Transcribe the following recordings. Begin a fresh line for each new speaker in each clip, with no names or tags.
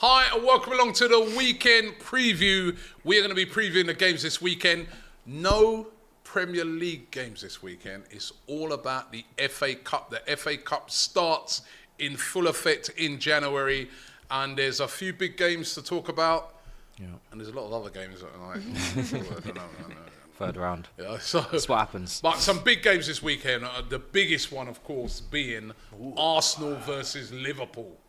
Hi, and welcome along to the weekend preview. We are going to be previewing the games this weekend. No Premier League games this weekend. It's all about the FA Cup. The FA Cup starts in full effect in January, and there's a few big games to talk about. And there's a lot of other games that are like. "Oh, I don't know, I don't know.
third round.
Yeah, so
That's what happens.
But some big games this weekend. Uh, the biggest one, of course, being Arsenal versus Liverpool.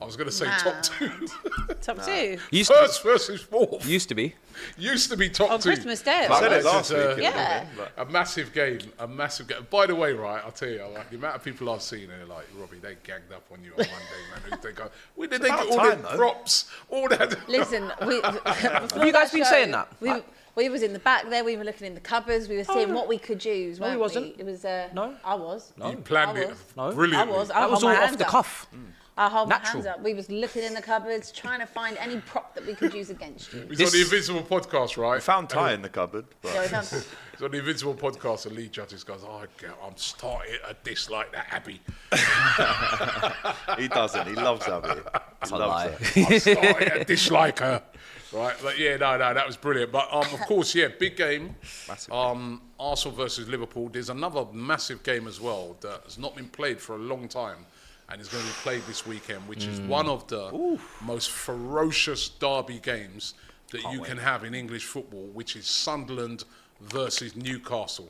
I was going to say top two.
Top two.
Used to,
First versus fourth.
used to be.
Used to be top
On
two.
Christmas Day.
But
I said
it's just a-
Yeah.
A massive game, a massive game. By the way, right, I'll tell you, like the amount of people I've seen, they're like, Robbie, they ganged up on you on Monday, man. They go, where did they get all
time,
them
though.
props? All that.
Listen, we, have
you guys been saying that? Oh,
We, we was in the back there. We were looking in the cupboards. We were seeing what we could use.
he
weren't
wasn't.
We? It was. Uh,
No.
I was.
you planned
I
it
was.
No. I
brilliantly.
I was. I
That was
hold
all
my
off
hands
the
up.
cuff.
I hold
Natural.
my hands up. We was looking in the cupboards, trying to find any prop that we could use against you.
It was on the
This-
Invincible podcast, right?
I found
And-
Ty in the cupboard. But
So we found-
So on the Invincible podcast, the lead judge just goes, oh, God, I'm starting to dislike that Abby.
he doesn't. He loves Abby. He
lie.
loves her.
I'm starting to dislike her. Right, but yeah, no, no, that was brilliant. But um, of course, yeah, big game. Um, Arsenal versus Liverpool. There's another massive game as well that has not been played for a long time and is going to be played this weekend, which is one of the most ferocious derby games that you can have in English football, which is Sunderland versus Newcastle.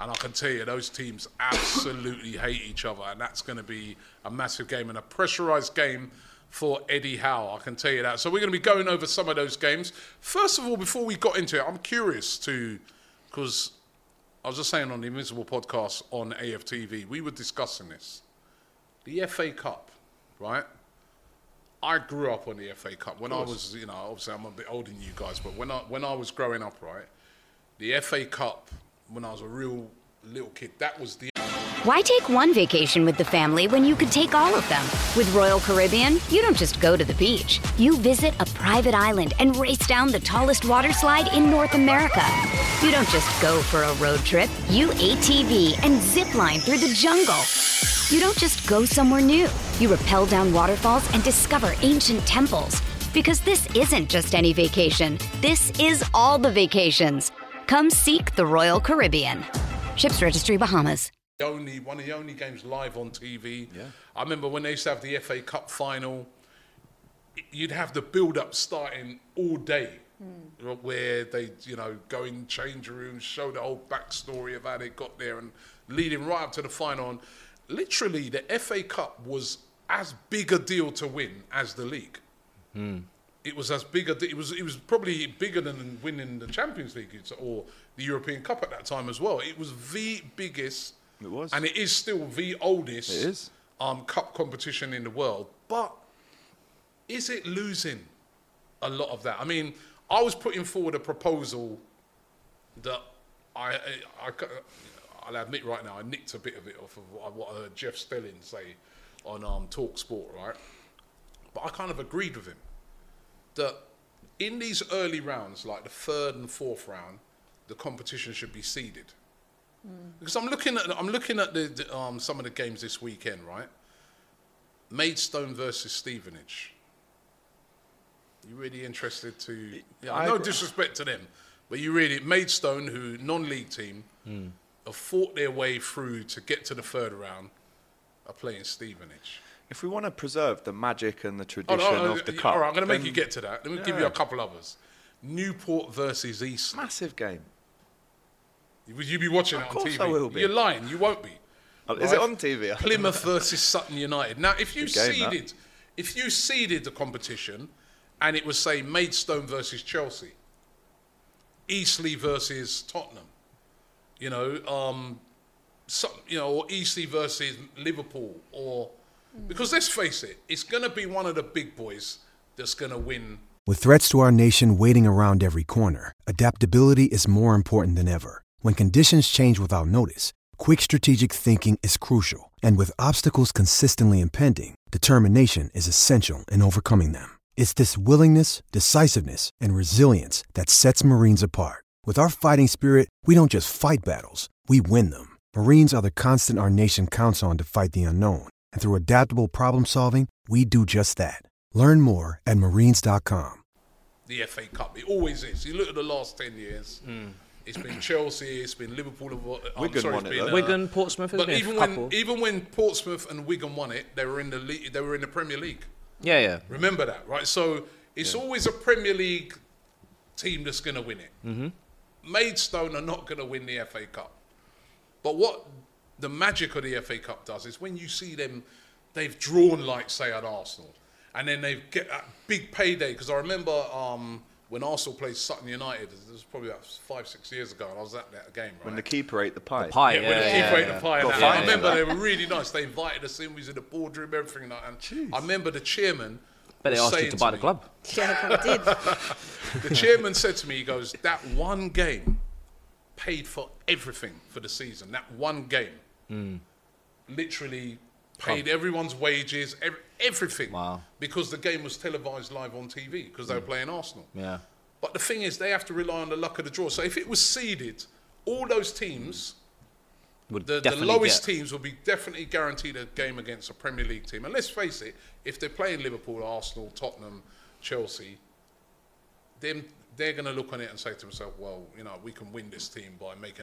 And I can tell you, those teams absolutely hate each other, and that's going to be a massive game and a pressurised game for Eddie Howe. I can tell you that. So we're going to be going over some of those games. First of all, before we got into it, I'm curious to, because I was just saying on the Invincible podcast on AFTV, we were discussing this. The FA Cup, right? I grew up on the FA Cup. When I was, you know, obviously I'm a bit older than you guys, but when I when I was growing up, right, the FA Cup, when I was a real little kid, that was the
Why take one vacation with the family when you could take all of them? With Royal Caribbean, you don't just go to the beach. You visit a private island and race down the tallest water slide in North America. You don't just go for a road trip. You ATV and zip line through the jungle. You don't just go somewhere new. You rappel down waterfalls and discover ancient temples. Because this isn't just any vacation. This is all the vacations. Come seek the Royal Caribbean. Ships Registry Bahamas.
the only one of the only games live on TV. Yeah. I remember when they used to have the FA Cup final, i- you'd have the build up starting all day. Where they, you know, go in change rooms, show the whole backstory of how they got there, and leading right up to the final. And literally, the FA Cup was as big a deal to win as the league. It was as big a. de- It was. It was probably bigger than winning the Champions League it's- or the European Cup at that time as well. It was the biggest.
It was.
And it is still the oldest.
It is.
Um, cup competition in the world, but is it losing a lot of that? I mean, I was putting forward a proposal that I, I, I c- I'll admit right now, I nicked a bit of it off of what I what I heard Jeff Stelling say on um, Talk Sport, right? but I kind of agreed with him that in these early rounds, like the third and fourth round, the competition should be seeded. Because I'm looking at I'm looking at the, the, um, some of the games this weekend, right? Maidstone versus Stevenage. You really interested to? Yeah, no disrespect to them, but you really Maidstone, who non-league team, have fought their way through to get to the third round, are playing Stevenage.
If we want to preserve the magic and the
Oh,
tradition
no, no,
of the
y-
cup,
All right, I'm going to make you
then
get to that. Let me give you
Yeah.
a couple others. Newport versus East.
massive game.
Would you be watching
Of
it on
course
TV?
I will be.
You're lying. You won't be.
Oh, is it on TV?
Plymouth versus Sutton United. Now, if you
Good game, that.
seeded, if you seeded the competition, and it was say Maidstone versus Chelsea, Eastleigh versus Tottenham, you know, um, some, you know, or Eastleigh versus Liverpool, or because let's face it, it's going to be one of the big boys that's going to win
With threats to our nation waiting around every corner, adaptability is more important than ever. When conditions change without notice, quick strategic thinking is crucial, and with obstacles consistently impending, determination is essential in overcoming them. It's this willingness, decisiveness, and resilience that sets Marines apart. With our fighting spirit, we don't just fight battles, we win them. Marines are the constant our nation counts on to fight the unknown, and through adaptable problem solving, we do just that. Learn more at marines.com.
the FA Cup. It always is. You look at the last ten years. It's been Chelsea. It's been Liverpool. and what- I'm
Hmm. Wigan
sorry,
won
it's
it,
been, uh,
though.
Wigan, Portsmouth, there's
But
been a
even when
couple.
even when Portsmouth and Wigan won it, they were in the league, they were in the Premier League.
Yeah, yeah.
Remember that, right? So it's always a Premier League team that's going to win it.
Mm-hmm.
Maidstone are not going to win the FA Cup. But what the magic of the FA Cup does is when you see them, they've drawn like say at Arsenal, and then they get that big payday. Because I remember um, when Arsenal played Sutton United, this was probably about five six years ago, and I was at that game. Right?
When the keeper ate the pie.
Pie,
Yeah,
yeah.
when the
yeah,
keeper ate
yeah.
the pie. and that.
Got fired
I remember
for
they
that.
were really nice. They invited us in. We was in the boardroom, everything like that. And I remember the chairman.
But they
was
asked you
saying
to buy the
me-
club.
Yeah, they did.
The chairman said to me, he goes, "That one game paid for everything for the season. That one game,
Mm,
literally." Paid everyone's wages, ev- everything,
Wow. Mm.
because the game was televised live on TV because they were playing Arsenal.
Yeah.
But the thing is, they have to rely on the luck of the draw. So if it was seeded, all those teams
Would
the, the
definitely
lowest
get-
teams will be definitely guaranteed a game against a Premier League team. And let's face it, if they're playing Liverpool, Arsenal, Tottenham, Chelsea, them they're going to look on it and say to themselves, well, you know, we can win this team by making.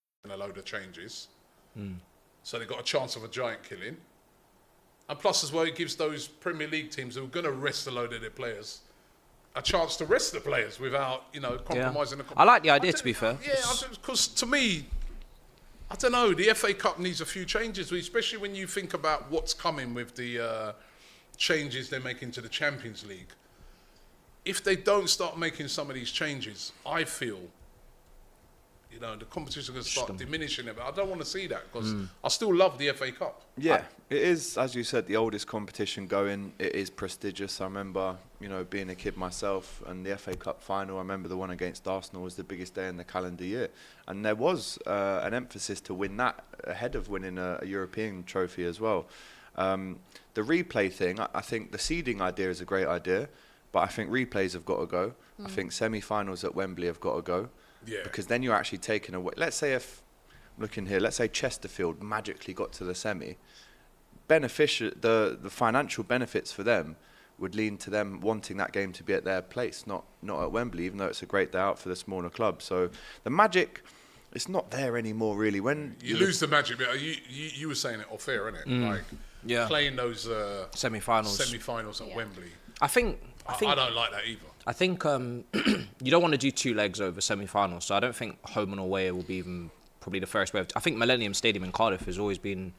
a load of changes.
Hmm.
So they've got a chance of a giant killing. And plus, as well, it gives those Premier League teams who are going to rest a load of their players a chance to rest the players without, you know, compromising the.
I like the idea, to be fair.
Yeah, because to me, I don't know. The FA Cup needs a few changes, especially when you think about what's coming with the uh, changes they're making to the Champions League. If they don't start making some of these changes, I feel you know the competition going to start diminishing a bit. I don't want to see that because
Mm.
I still love the FA Cup.
Yeah, it is, as you said, the oldest competition going. It is prestigious. I remember, you know, being a kid myself and the FA Cup final. I remember the one against Arsenal was the biggest day in the calendar year. And there was uh, an emphasis to win that ahead of winning a, a European trophy as well. Um, the replay thing, I, I think the seeding idea is a great idea, but I think replays have got to go. I think semi finals at Wembley have got to go.
Yeah.
Because then you're actually taking away. Let's say if, looking here, let's say Chesterfield magically got to the semi beneficial the the financial benefits for them would lean to them wanting that game to be at their place, not not at Wembley, even though it's a great day out for the smaller club. So the magic, it's not there anymore, really. When
You lose the magic, but you you, you were saying it off air, innit? Like
Yeah.
playing those uh,
Mm. Semi-finals.
semi-finals at Wembley.
I think. I
I,
think.
I don't like that either.
I think um, you don't want to do two legs over semi-finals, so I don't think home and away will be even probably the first way. Of, I think Millennium Stadium in Cardiff has always been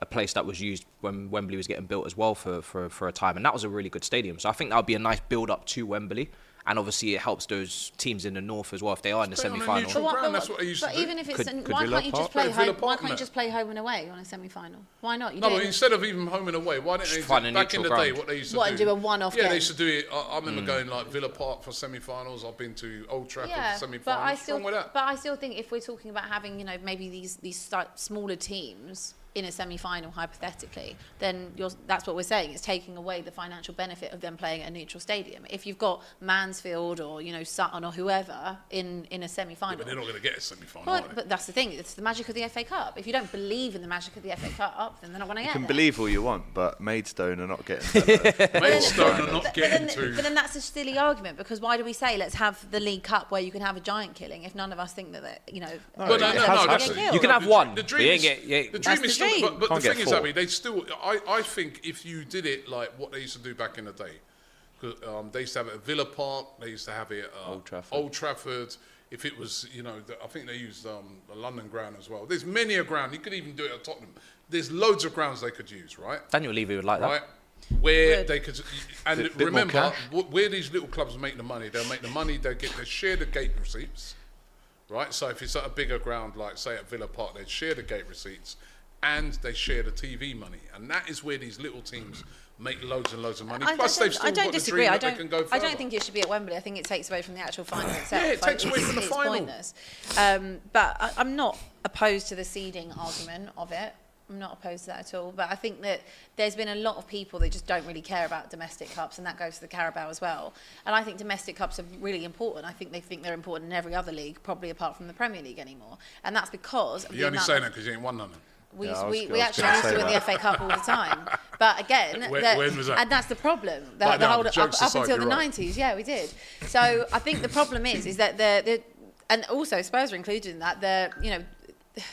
a place that was used when Wembley was getting built as well for, for, for a time. And that was a really good stadium. So I think that would be a nice build up to Wembley. And obviously, it helps those teams in the north as well if they are in the
Play on a
semi final.
neutral ground, that's what I used
But
to do.
even if it's an, why can't you just play
Play Villa
home? Why
Park,
can't you
innit?
just play home and away on a semi-final? Why not? You
No, but
did.
instead of even home and away, why didn't they
find a
do, back in the
neutral
day
ground.
what they used to
What,
do?
and do a one-off
Yeah,
game?
they used to do it. I, I remember
Mm.
going like Villa Park for semi-finals. I've been to Old Trafford
yeah,
for semi-finals.
but I
What's
still,
wrong with that?
but I still think if we're talking about having, you know, maybe these these slight- smaller teams in a semi-final hypothetically, then you're, that's what we're saying. It's taking away the financial benefit of them playing at a neutral stadium. If you've got Mansfield or you know Sutton or whoever in in a
Yeah,
semi-final,
but they're not going to get a semi-final.
Well,
are they?
but that's the thing. It's the magic of the FA Cup. If you don't believe in the magic of the FA Cup, then they're not going to
You
get
can
there.
believe all you want, but Maidstone are not getting. to that.
Maidstone are not
But then,
getting
but
to.
then that's a silly argument because why do we say let's have the League Cup where you can have a giant killing if none of us think that they're, you know?
Well, no,
they're
no,
gonna
no,
get
that's-
killed?
You can have
the dream-
one,
The
but
dream
you
is,
ain't get- yeah.
the dream
That's
is
the
still.
dream.
But, but
Can't
the
get
thing is,
four.
Abby, they still. I, I think if you did it like what they used to do back in the day, 'cause, um, they used to have it at Villa Park. They used to have it at uh, Old Trafford. If it was, you know, the, I think they used um, the London ground as well. There's many a ground. You could even do it at Tottenham. There's loads of grounds they could use, right?
Daniel Levy would like that.
right? Where they could, and
Bit- bit more
remember,
cash.
wh- where these little clubs make the money, they'll make the money. They get they share the gate receipts, right? So if it's at a bigger ground, like say at Villa Park, they'd share the gate receipts, and they share the TV money, and that is where these little teams make loads and loads of money.
I, I
Plus,
don't,
they've still
I don't
got
disagree.
the
I
dream that
don't.
they can go
I
further.
don't think it should be at Wembley. I think it takes away from the actual final itself.
Yeah, it
Like,
takes away
it's-
from the
it's
final.
Pointless. Um, but I, I'm not opposed to the seeding argument of it. I'm not opposed to that at all. But I think that there's been a lot of people that just don't really care about domestic cups, and that goes to the Carabao as well. And I think domestic cups are really important. I think they think they're important in every other league, probably apart from the Premier League anymore. And that's because of the
You're only
amount
saying
of-
that because you ain't won none.
we, used, we, we actually used to win the FA Cup all the time. But again,
When-
that-
when was that?
and that's the problem. The,
Right,
the
no,
whole,
jokes
up, up
aside,
until the
you're right.
90s, yeah, we did. So I think the problem is, is that the, the and also Spurs are included in that. The you know,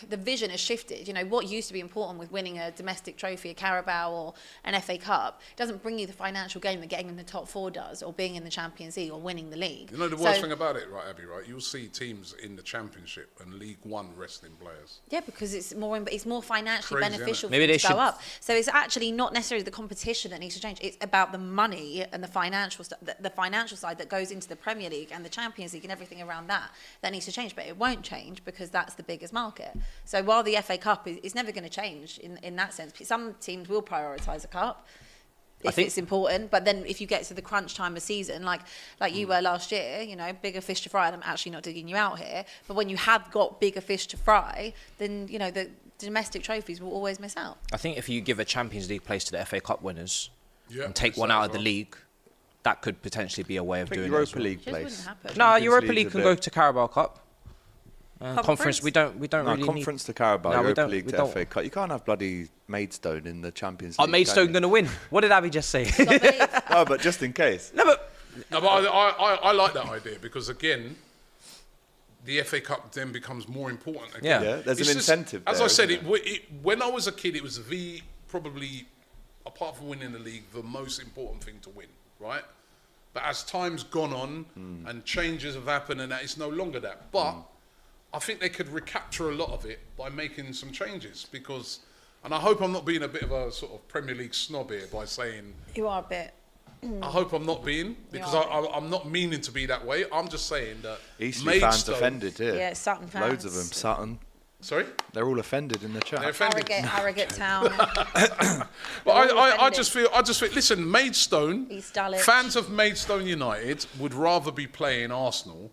the vision has shifted. You know, what used to be important with winning a domestic trophy, a Carabao or an FA Cup, doesn't bring you the financial gain that getting in the top four does, or being in the Champions League, or winning the league.
You know the
So-
worst thing about it, right, Abby? Right, you'll see teams in the Championship and League One wrestling players.
Yeah, because it's more it's more financially
Crazy,
beneficial for
innit? Maybe
them
they
to
should-
go up. So it's actually not necessarily the competition that needs to change. It's about the money and the financial stu- the, the financial side that goes into the Premier League and the Champions League and everything around that that needs to change. But it won't change because that's the biggest market. So while the FA Cup is, is never going to change in in that sense, some teams will prioritise a cup.
I
If
think-
it's important, but then if you get to the crunch time of season, like like
Mm.
you were last year, you know, bigger fish to fry, and I'm actually not digging you out here. But when you have got bigger fish to fry, then you know the domestic trophies will always miss out.
I think if you give a Champions League place to the FA Cup winners
Yeah,
and take
it's
one
that
out
as
of the
well.
league, that could potentially be a way of
think
doing it
Europa
as well.
League Just place. wouldn't happen.
No,
Champions
Europa
League's
League
a
can
bit-
go to Carabao Cup. Uh, conference.
Conference?
we don't, we don't
no,
really need-
conference to Carabao,
No, we
Europa
don't-
League
we
to
don't.
FA Cup. You can't have bloody Maidstone in the
Oh,
Champions League.
Are
can
Maidstone
you?
going to win? What did Abby just say?
no, but just in case.
No, but
No, but I, I, I, I like that idea because again, the FA Cup then becomes more important. Again.
Yeah. Yeah, there's
It's
an incentive
As
there,
I said,
isn't
it, wa- it, when I was a kid, it was the probably, apart from winning the league, the most important thing to win, right? But as time's gone on
Hmm.
and changes have happened, and that it's no longer that. But I think they could recapture a lot of it by making some changes because, and I hope I'm not being a bit of a sort of Premier League snob here by saying
You are a bit. mm,
I hope I'm not being because I,
are.
I, I'm not meaning to be that way. I'm just saying that
Eastleigh fans
Maidstone-
offended here.
Yeah, Sutton
Loads of them.
fans.
Sutton.
Sorry?
They're all offended in the chat.
They're offended.
Arrogate, arrogate town.
But I,
all
I, I
offended.
just feel I just feel. Listen, Maidstone
East Dulwich.
fans of Maidstone United would rather be playing Arsenal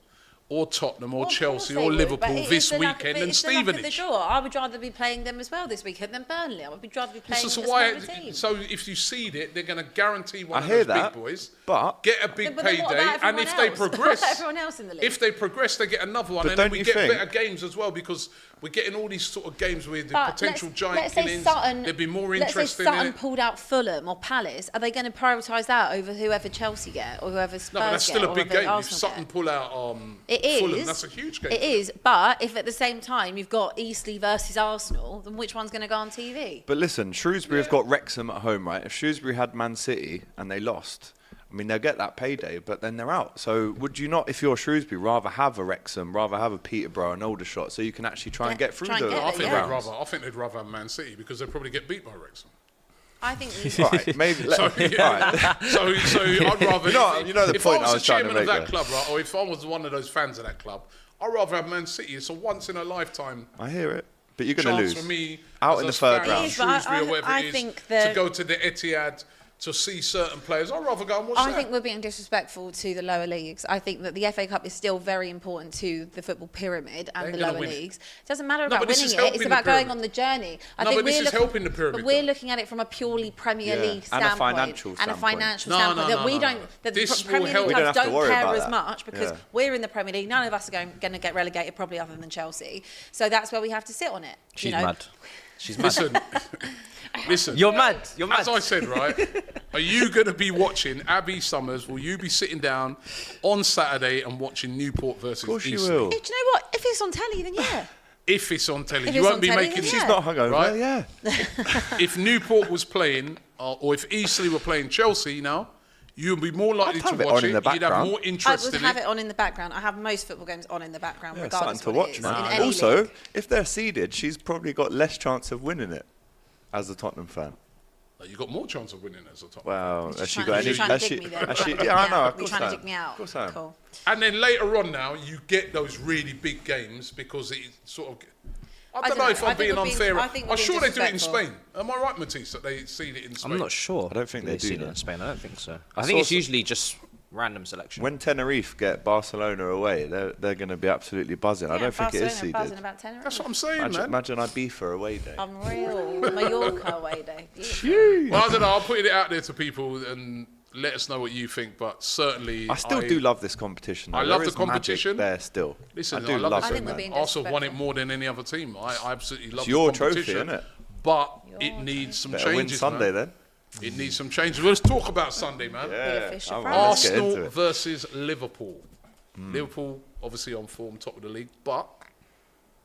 or Tottenham or
Of course
Chelsea
they
or
would, but it
Liverpool
is
this
the luck-
weekend
but
than
it's the luck of the
Stevenage.
draw. I would rather be playing them as well this weekend than Burnley. I would be rather be playing
So, so
them
why?
as well team.
So if you seed it, they're going to guarantee one
I
of
hear
those
that,
big boys
but
get a big
But then what
payday,
about
and if
everyone
they
else? What about
progress,
everyone else in the league?
if they progress, they get another one,
But
and then
don't
we
you
get
think-
better games as well because we're getting all these sort of games with the
But
potential
let's,
giant
let's say
killings.
Sutton,
There'd be more
let's
interest
say
in
Sutton
it.
pulled out Fulham or Palace. Are they going to prioritise that over whoever Chelsea get or whoever Spurs
No, but that's
get
still a
or
big
whoever
game. If
Arsenal get?
Sutton pull out um,
It is.
Fulham, that's a huge game.
It is, but if at the same time you've got Eastleigh versus Arsenal, then which one's going to go on TV?
But listen, Shrewsbury have got Wrexham at home, right? If Shrewsbury had Man City and they lost, I mean, they'll get that payday, but then they're out. So would you not, if you're Shrewsbury, rather have a Wrexham, rather have a Peterborough, an Aldershot, so you can actually try and get through the
I think they'd
rounds?
rather. I think they'd rather have Man City because they'd probably get beat by Wrexham.
I think
All right, maybe.
so,
Let,
yeah, so, so I'd rather.
You know,
if,
you know the
if
point
I was,
I was
the
trying to
chairman
make
of that
there.
club, right, or if I was one of those fans of that club, I'd rather have Man City. It's a once in a lifetime
I hear it, but you're going to
chance
lose
for me
out
as a
in the third
fan of
round.
Yes, but I-
Shrewsbury or
I-
wherever
I
it is,
think
to
that-
go to the Etihad to see certain players. I'd rather go and watch
I
that.
think we're being disrespectful to the lower leagues. I think that the FA Cup is still very important to the football pyramid
They
and
ain't
the
gonna
lower
win it.
leagues. It doesn't matter
No,
about
but this
winning
is
it.
helping
It's
the
about
pyramid.
going on the journey. I
No,
think
but this
we're
is
looking,
helping the pyramid,
But we're
though.
looking at it from a purely Premier
Yeah, and
League
a
standpoint
financial
and a
standpoint.
financial
No, no,
standpoint
no,
that we
no,
don't.
no.
That the
This
Premier
will
League
help. We
clubs
don't have to
don't,
worry
care
about
as
that.
much because
Yeah.
we're in the Premier League. None of us are going, going to get relegated, probably other than Chelsea. So that's where we have to sit on it.
She's
you know?
mad. She's mad.
Listen, listen.
You're mad. You're mad.
As I said, right? Are you going to be watching Abby Summers? Will you be sitting down on Saturday and watching Newport versus
Of course you
Eastleigh?
will.
Do you know what? If it's on telly, then yeah.
If it's on telly,
If
you
it's
won't
on
be
telly,
making.
then yeah.
She's not hungover,
Right?
yeah.
if Newport was playing, uh, or if Eastleigh were playing Chelsea now, you'd be more likely
I'd have
to
it
watch
on in
it.
the
You'd have
background.
more
I
interest
would
in
have
it.
it on in the background. I have most football games on in the background,
Yeah,
regardless
something to
what it
watch,
is,
man.
in any
Also,
league.
if they're seeded, she's probably got less chance of winning it as a Tottenham fan.
You've got more chance of winning as a top.
Well, has she
Trying-
got
you're
any?
trying to
has
dig
she,
me there.
has she, yeah,
You're
I know. Of
You're
course
trying to
I am.
dig me out.
Of course I am.
Cool.
And then later on now, you get those really big games because it sort of. I don't,
don't
know,
know.
if
I
I'm
think
being
we're being-
unfair.
I think we're
I'm
being
sure they do it in Spain.
disrespectful.
Am I right, Matisse, that they seed it in Spain?
I'm not sure.
I don't think they
They've
do
seen it
that.
in Spain. I don't think so.
I
I,
saw
think it's
some-
usually just random selection.
When Tenerife get Barcelona away, they're, they're going to be absolutely buzzing. I
Yeah,
don't think it is
Barcelona buzzing
seeded.
about ten.
That's what I'm saying,
Imagine,
man.
imagine Ibiza away day.
Unreal. Mallorca away day. Beautiful.
Well, I don't know. I'll put it out there to people and let us know what you think. But certainly,
I still do love this competition. though.
I love
There
the
is magic
competition.
There still.
Listen,
I do
love,
love
this.
I
it,
think we're
man.
being
Arsenal won it
disrespectful.
more than any other team. I, I absolutely love
It's your
the
trophy,
competition.
innit?
But it needs some
Better win
changes.
Sunday
man.
then.
It needs some changes. Let's talk about Sunday, man.
Yeah,
official
I'm
prize.
ready. Let's get into
Arsenal
it.
versus Liverpool.
Hmm.
Liverpool obviously on form, top of the league, but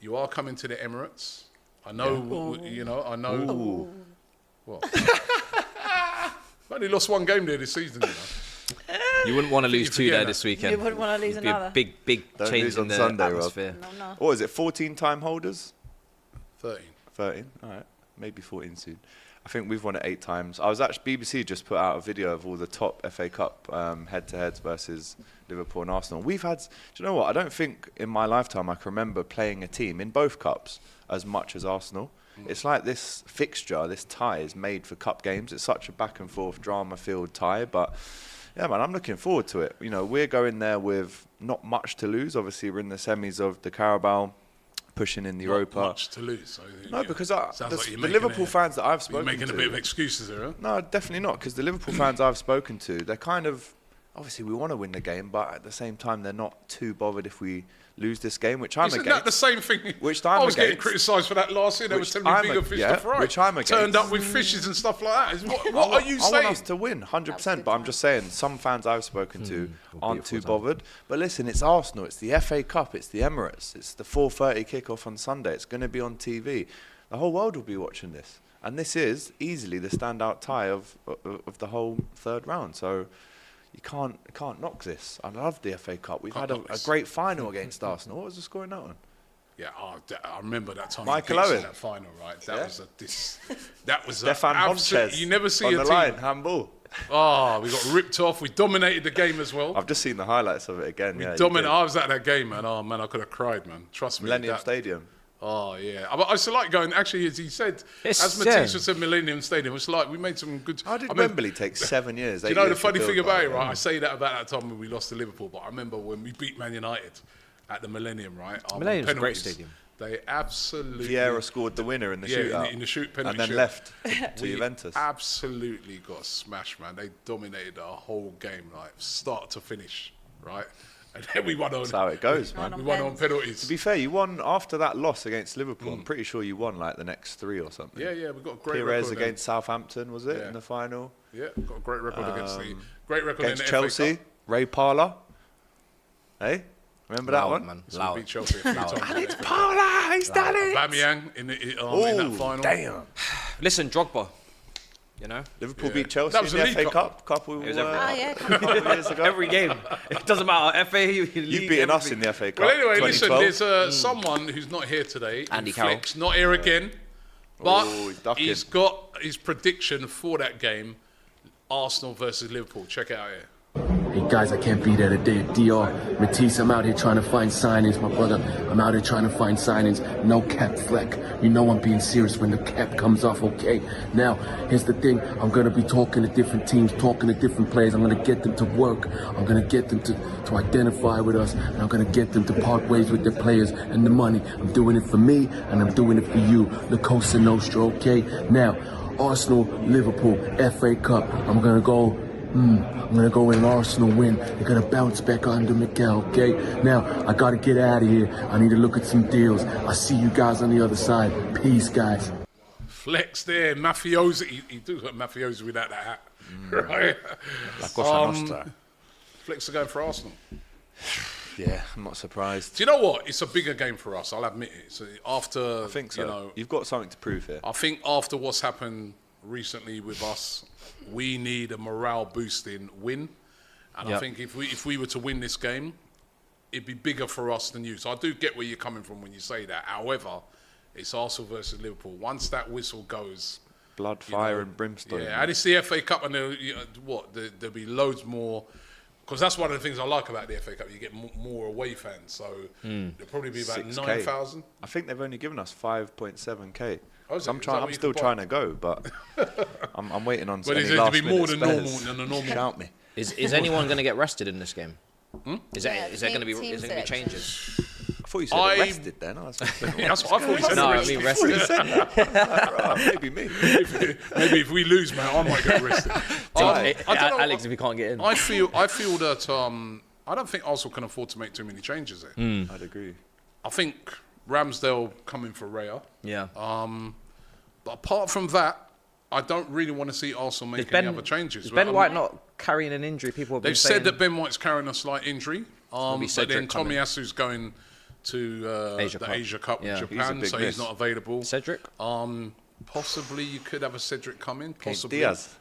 you are coming to the Emirates. I know, w- w- you know, I know. Well, only lost one game there this season. You know.
You wouldn't want to
you
lose two
forget
there
that.
this weekend.
You wouldn't wanna lose
It'd be
another.
A big, big
Don't
change
lose
in
on
the
Sunday, Rob.
atmosphere.
No, no.
What is it? 14 time holders?
Thirteen.
13. All right. Maybe 14 soon. I think we've won it eight times. I was actually, BBC just put out a video of all the top FA Cup um, head to heads versus Liverpool and Arsenal. We've had, do you know what? I don't think in my lifetime I can remember playing a team in both cups as much as Arsenal.
Mm.
It's like this fixture, this tie is made for cup games. It's such a back and forth, drama filled tie, but. Yeah, man, I'm looking forward to it. You know, we're going there with not much to lose. Obviously, we're in the semis of the Carabao, pushing in the Europa.
Not much to lose. So, you
No,
know,
because I,
sounds
the,
like you're
the
making
Liverpool
a-
fans that I've
You're
spoken
making
to.
a bit of excuses there, huh?
no, definitely not, because the Liverpool fans I've spoken to, they're kind of. Obviously, we want to win the game, but at the same time, they're not too bothered if we lose this game, which I'm
Isn't
against.
that the same thing?
Which
I
I'm
was getting
against.
criticised for that last year. They were
Which
telling me
I'm
bigger
ag-
fish
yeah,
to fry.
which I'm
Turned
against.
up with fishes and stuff like that. It's- What, what
I
are
want-
you
I
saying?
want us to win, hundred percent.
good
But I'm
time.
just saying, some fans I've spoken
Hmm,
to aren't too bothered. But listen, it's Arsenal, it's the FA Cup, it's the Emirates, it's the 4:30 kickoff on Sunday. It's going to be on TV. The whole world will be watching this, and this is easily the standout tie of of, of the whole third round. So. You can't can't knock this. I love the FA Cup. We've
Can't
had a,
knock
a
this.
great final against Arsenal. What was the score in that one?
Yeah, oh, that- I remember that time.
Michael
Michael Owen.
Owen.
That final, right? That
Yeah.
was a dis. That was a
Stefan
absolute.
Montes.
You never see
on
a
the
team.
line handball.
Oh, we got ripped off. We dominated the game as well.
I've just seen the highlights of it again.
we
yeah, you
dominated.
did.
I was at that game, man. Oh man, I could have cried, man. Trust me.
Millennium
that-
Stadium.
Oh yeah, I, I still like going. Actually, as he said,
It's-
as
yeah.
Matisse said, Millennium Stadium. It's like we made some good.
How did
I remember-
Wembley take seven years?
Do you
eight
know the
years to
funny
build
thing about
that?
it, right? I say that about that time when we lost to Liverpool, but I remember when we beat Man United at the Millennium, right? Um, on
Millennium's a great
penalties,
stadium.
They absolutely
Vieira scored the winner in the
yeah, in
shootout.
the- in the shoot penalty
And then
shootout.
left to
We
Juventus.
Absolutely got smashed, man. They dominated our whole game, like start to finish, right? And then we won on.
That's how it goes,
Won
man.
We
on
won on
pens.
To
penalties. Mm.
be fair, you won after that loss against Liverpool. I'm pretty sure you won like the next three or something.
Yeah, yeah, we got a great
Perez
record then.
against Southampton, was it,
Yeah.
in the final?
Yeah, got a great record against the great record
Um, Against
in the FA
Chelsea,
Cup.
Ray Parler. Hey, remember that
Loud,
one?
man.
So we
Loud.
beat Chelsea a few times.
And it's Parler, he's done it!
Bamiyang in, the, um, in that
Oh,
final.
damn.
Listen, Drogba. You know,
Liverpool beat Chelsea in the FA Cup. Couple,
It was
uh,
every
Ah, yeah,
couple
couple of years ago.
Every game. It doesn't matter. FA, League,
You've beaten us in the FA Cup.
Well, anyway, listen,
2012.
there's uh, someone who's not here today.
Andy
in
Carroll.
Flicks, not here
Hmm. Yeah.
again. But
Oh, he's ducking.
he's got his prediction for that game Arsenal versus Liverpool. Check it out here.
Hey guys, I can't be there today at DR. Matisse, I'm out here trying to find signings, my brother. I'm out here trying to find signings. No cap fleck. You know I'm being serious when the cap comes off, okay? Now, here's the thing. I'm gonna be talking to different teams, talking to different players. I'm gonna get them to work. I'm gonna get them to, to identify with us, and I'm gonna get them to part ways with their players and the money. I'm doing it for me and I'm doing it for you. The Cosa Nostra, okay? Now, Arsenal, Liverpool, FA Cup. I'm gonna go
Hmm.
Mm, I'm gonna go in an Arsenal win. They're gonna bounce back under Mikel, okay? Now, I gotta get out of here. I need to look at some deals. I see you guys on the other side. Peace, guys.
Flex there, mafioso. He, he does look mafioso without that hat, right?
Mm.
Um,
La Cosa Nostra.
Flex are going for Arsenal.
Yeah, I'm not surprised.
Do you know what? It's a bigger game for us. I'll admit it. So after I
think so.
you know,
You've got something to prove here.
I think after what's happened recently with us, we need a morale boosting win. And I
Yep.
think if we if we were to win this game, it'd be bigger for us than you. So I do get where you're coming from when you say that. However, it's Arsenal versus Liverpool. Once that whistle goes,
Blood, fire, and brimstone.
yeah, and it's the FA Cup, and there'll, you know, what there, there'll be loads more. Because that's one of the things I like about the FA Cup. You get more, more away fans, so
Hmm.
Mm.
there'll probably be about
6K.
nine thousand.
I think they've only given us 5.7k.
Oh, is it?
So I'm
Is that
trying.
what
I'm
you
still
can buy?
trying to go, but I'm, I'm waiting on.
But
any
is it to be
last
more
minute
than
spares.
normal than a normal?
Count me.
Is, is anyone going to get rested in this game? Is there,
Yeah,
is there going to be
team
is there going to be
selection.
changes?
I thought you said
I-
arrested then. I was
That's what I thought you said.
No, I
arrested.
mean rested.
Maybe me.
Maybe if we lose, man, I might get arrested. Um,
Why?
I don't know.
Alex, if we can't get in,
I feel I feel that um, I don't think Arsenal can afford to make too many changes there.
Mm.
I'd agree.
I think Ramsdale coming for Raya.
Yeah.
Um, but apart from that, I don't really want to see Arsenal make
Is Ben-
any other changes.
Is Ben
I'm-
White not carrying an injury? People have been
They've
saying
said that Ben White's carrying a slight injury. Um, but then
be Cedric coming.
Tommy Asu's going to uh,
Asia
the
Cup.
Asia Cup
Yeah.
with
He's a
Japan,
big
so
miss.
he's not available.
Cedric?
Um, possibly you could have a Cedric coming. Possibly.
Diaz.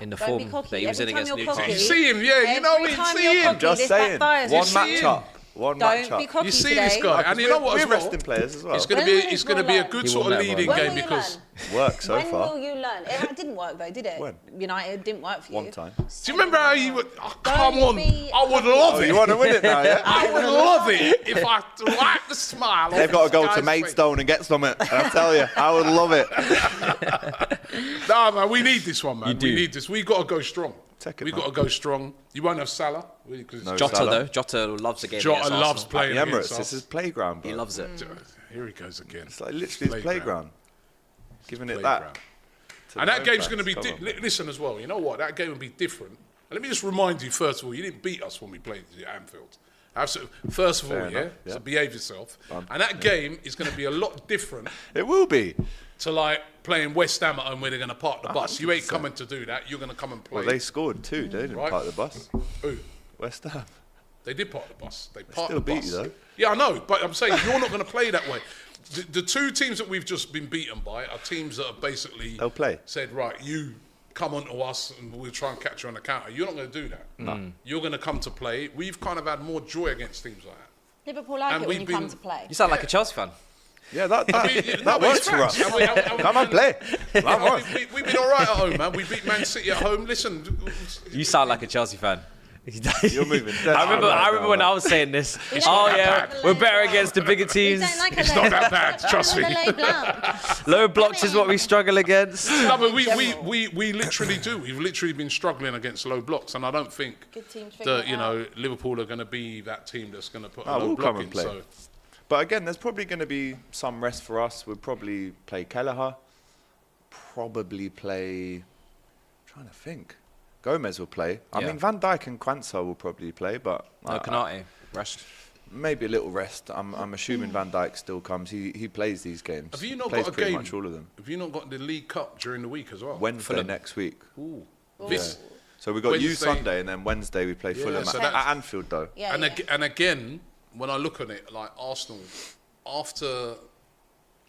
in the
Don't be
form
cocky.
that he was in
Every time
against
you're cocky-
Newcastle.
You see him, yeah. You know,
Every
you
time
see
you're
him.
cocky, Just this saying, backfires.
one
You see him.
matchup. One
Don't
matchup.
be cocky
You see this
today.
guy, and you know what?
We're
as well,
resting players as well.
It's going to
When
be
will
it's
you
going to be a
learn?
good
He
sort
will
of
learn,
leading
won't
he?
game
When will you
because.
work so
when
far.
will you learn? It didn't work though, did it?
When?
United it didn't work for you.
One time.
Do you remember how you would? Oh, come
Don't
on!
be
I would
cocky.
love
Oh,
it.
you wanna win it now, yeah?
I would love it if I wiped the smile. off
They've got to
this
go to
guy's face.
Maidstone and get some it. And I tell you, I would love it.
No, man, we need this one, man.
You do.
We need this. We got to go strong.
Take it,
we
man.
got to go strong. You won't have Salah. we- 'cause
No,
Jota
Salah.
though, Jota loves the game.
Jota
against
loves
Arsenal.
playing
The
against
Emirates,
us.
it's his playground.
He
bro.
loves it.
Here he goes again.
It's like literally his playground. Giving it
Playground.
that. to
And
the
that
home
game's
fans.
going to be.
Come
Di-
on.
li- listen as well. You know what? That game will be different. And let me just remind you, first of all, you didn't beat us when we played at Anfield. Absolutely. First of
Fair
all,
enough,
yeah.
yeah.
So behave yourself.
Um,
and that
yeah.
game is going to be a lot different
It will be.
to like playing West Ham at home where they're going to park the bus. You ain't coming to do that. You're going to come and play.
Well, they scored too. They didn't
Right.
park the bus.
Who?
West Ham.
They did park the bus. They parked
still
the
beat
bus.
you, though.
Yeah, I know, but I'm saying you're not going to play that way. The, the two teams that we've just been beaten by are teams that have basically
They'll play.
said, right, you come onto us and we'll try and catch you on the counter. You're not going to do that.
No. Mm.
You're going to come to play. We've kind of had more joy against teams like that.
Liverpool like
And
it when
we've
you
been-
come to play.
You sound like a Chelsea fan.
Yeah, that, that,
no,
that
but it's
works for us.
facts. And we- and we- and we-
Come and play. Come
Yeah,
on.
we, we, we've been all right at home, man. We beat Man City at home. Listen,
You sound like a Chelsea fan. You're
moving.
I remember.
right
I remember
now,
when
man.
I was saying this.
It's
oh
not
yeah,
that bad.
we're better against the bigger teams.
like a
it's
low-
not that bad, trust me.
Like a low blow.
Low blocks is what we struggle against.
No, but we, we, we, we literally do. We've literally been struggling against low blocks, and I don't think
Good teams figure
that
it
you
out.
know Liverpool are going to be that team that's going to put a
Oh,
low
we'll
block
come and
in.
play.
So
But again, there's probably going to be some rest for us. We'll probably play Kelleher. Probably play. I'm trying to think. Gomez will play. I
Yeah.
mean, Van Dijk and Kwanzaa will probably play, but
No,
I-
Canate. Rest.
maybe a little rest. I'm, I'm assuming Van Dijk still comes. He he plays these games.
have you not
plays
got a
pretty
game?
much all of them.
Have you not got the League Cup during the week as well?
Wednesday
Fulham.
next week.
Ooh.
Yeah.
This-
So we got you
Wednesday-
Sunday, and then Wednesday we play
Yeah,
Fulham
so
at,
that's-
at Anfield, though.
and ag- and again, when I look on it, like Arsenal, after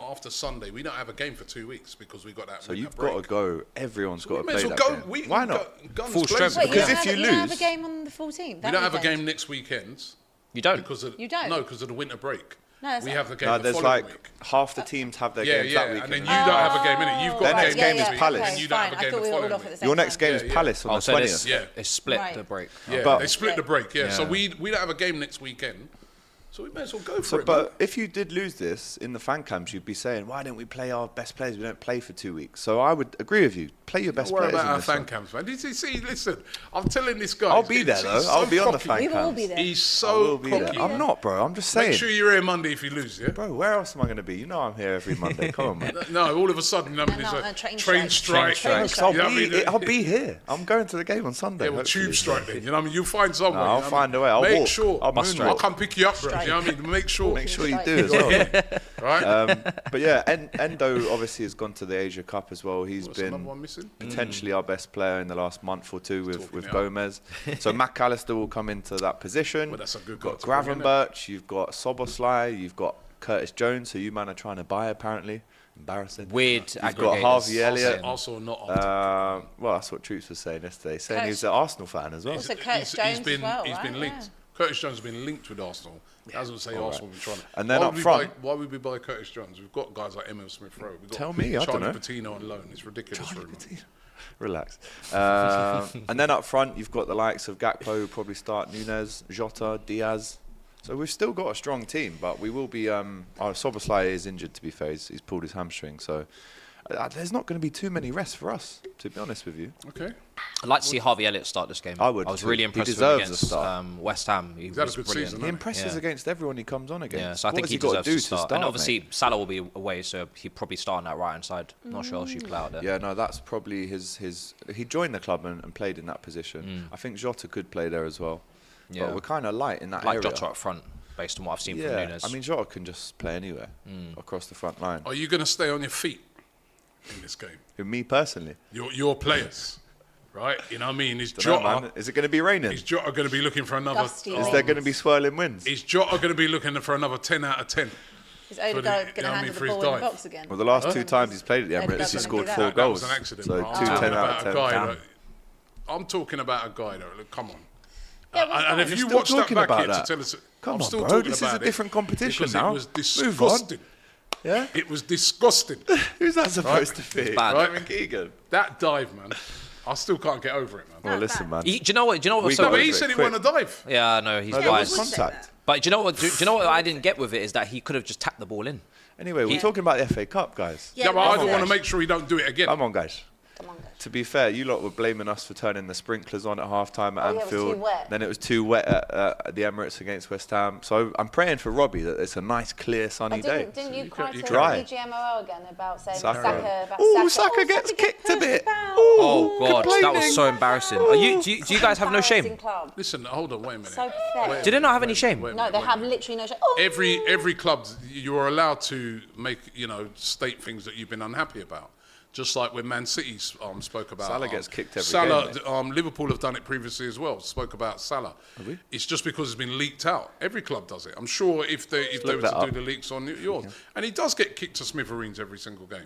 after Sunday, we don't have a game for two weeks because we got that.
So you've
break.
got to go. Everyone's got to
may as
play
well
that
go-
game.
we-
Why
we
not?
go- guns Full blazing. strength,
Wait,
because
you don't
if you
have, a- don't have a
lose,
game on the 14th.
we
that
don't have a
weekend.
game next weekend.
You don't
because of,
You don't?
No, because of the winter break.
No, that's
we
not-
have the game.
no,
the
there's
following
like half the teams have their
yeah,
games
yeah,
that weekend.
and then you don't have a game in it. You've got
Their
a
next game
this
is
week,
Palace.
and you don't have a game the following week.
Your next game is Palace on
Oh,
the
so
twentieth.
there's- They split the break.
Yeah,
But-
they split the break. Yeah. so
Yeah.
we we don't have a game next weekend, so we may as well go for
So,
it.
but if you did lose this in the fan camps, you'd be saying, "Why don't we play our best players? We don't play for two weeks." So I would agree with you. Play your best
Don't worry
players.
about
in
our
this
fan
one.
camps, man. Did you see? Listen, I'm telling this guy.
I'll
he's
be
getting-
there, though.
he's so
I'll be on the
cocky.
fan We will camps. be there.
He's
I
so
will be there.
cocky.
I'm not, bro. I'm just saying.
Make sure you're here Monday if you lose, yeah.
Bro, where else am I going to be? You know I'm here every Monday. Come on, man.
No, all of a sudden, um, there's
no,
a
a
train,
train
strike.
strike. Train
Because I'll,
You know what I mean?
be, I'll be here. I'm going to the game on Sunday.
Yeah, well,
hopefully.
tube strike then. You know what I mean? You'll find somewhere.
No,
you know
I'll
what I
find
mean?
a way. I'll
Make
walk.
sure.
I'll moonwalk.
I'll come pick you up, bro. You know what I mean? Make sure.
Make sure you do as well.
Right?
Um, but yeah, en- Endo obviously has gone to the Asia Cup as well. He's
What's another
been
one missing?
potentially our best player in the last month or two with, with Gomez. so McAllister will come into that position.
Well, that's a good
got
guy to bring,
Gravenberch, you've got Soboslai, you've got Curtis Jones, who you man are trying to buy apparently. Embarrassing.
Weird
You've got
aggregators.
Harvey Elliott.
Also- also not
Um, well, that's what Troops was saying yesterday, saying he
Curtis-
was an Arsenal fan as well.
Also, Curtis Jones
he's been,
as well,
he's
right?
been linked.
Yeah.
Curtis Jones has been linked with Arsenal. That's what I say
All
Arsenal
right.
have been trying to.
And then
why
up
would we
front-
buy- why would we buy Curtis Jones? We've got guys like Emil Smith Rowe. We've got
Tell me, I
Charlie
dunno.
Patino on loan. It's ridiculous. for him.
Relax. Um, and then up front, you've got the likes of Gakpo, who probably start Nunes, Jota, Diaz. So we've still got a strong team, but we will be. Um, oh, Soboslai is injured, to be fair. He's, he's pulled his hamstring. So uh, there's not going to be too many rests for us, to be honest with you.
Okay.
I'd like to see Harvey Elliott start this game.
I would
I was
too.
really
He
impressed with him
deserves a
against
start.
um, West Ham. He was brilliant.
He impresses
Yeah.
against everyone he comes on against.
Yeah, so I
What
think
has
he,
got
deserves
to do
to start. and
mate?
obviously Salah will be away, so he probably start on that right hand side. Not sure else you play out there.
Yeah, no, that's probably his his. He joined the club and, and played in that position. I think Jota could play there as well.
Mm. Yeah.
But we're kind of light in that
like
area.
Jota up front, based on what I've seen
yeah,
from Nunes.
I mean Jota can just play anywhere across the front line.
Are you going to stay on your feet in this game?
Me personally,
Your, your players, right? You know what I mean? Is
Dunno,
Jota,
man. is it going to be raining?
is Jota going to be looking for another? Oh.
Dusty
Is there going to be swirling winds?
Is Jota going to be looking for another 10 out of 10?
Is
For
Odegaard
the-
going
you
to
know what I mean,
handle
for
the
his
ball in the
dive.
box again?
Well, the last
Huh?
two times he's played at the
Eddie
Emirates, he
doesn't
scored
do that.
four
That
goals.
That was an accident.
So
bro.
two
I'm
10
talking
out
about
of
a
10.
guy.
Damn.
that- I'm talking about a guy. That, look, come on.
Yeah,
And-
well,
and if
You're
you
still
watch that
talking
back
about
here
that.
to tell us,
Come
I'm
on,
still
bro,
talking
this is a
about it
different competition
because
now.
It was
Move on.
disgusting.
Yeah,
it was disgusting.
Who's that supposed to be? Bad.
Right?
Keegan.
That dive, man. I still can't get over it, man.
Well, listen, man.
He- do you know what? Do you know what?
We
was
got
so
No, but
over
he
it
said he
quick.
wanted to dive.
yeah, I know he's
No, there
biased.
was contact.
But do you know what? Do, do you know what I didn't get with it is that he could have just tapped the ball in.
Anyway, we're talking about the FA Cup, guys.
Yeah, but I don't want to make sure he don't do it again.
Come on, guys. To be fair, you lot were blaming us for turning the sprinklers on at half time at
Oh, yeah, it was
Anfield.
too wet.
Then it was too wet at, uh, at the Emirates against West Ham. So I'm praying for Robbie that it's a nice, clear, sunny
But Oh, didn't,
day.
didn't you cry
you
to
try.
the GMO again about saying
Saka.
Saka, about
Ooh,
Saka?
Saka
Oh,
gets kicked a
pushed
bit.
back.
Oh god, that was so embarrassing. Are you? Do you, do you guys have no
Embarrassing
shame?
Club.
Listen, hold on, wait a minute.
So pathetic.
Did they not have any shame?
Wait a
No,
minute,
they
wait a
have
minute.
literally no shame. Oh,
Every every club, you're allowed to make you know state things that you've been unhappy about. Just like when Man City um, spoke about
Salah
um,
gets kicked every
Salah,
game, mate.
um, Liverpool have done it previously as well. Spoke about Salah.
Have we?
It's just because it's been leaked out. Every club does it. I'm sure if they if they
look
were
that
to
up.
do the leaks on yours, and he does get kicked to smithereens every single game.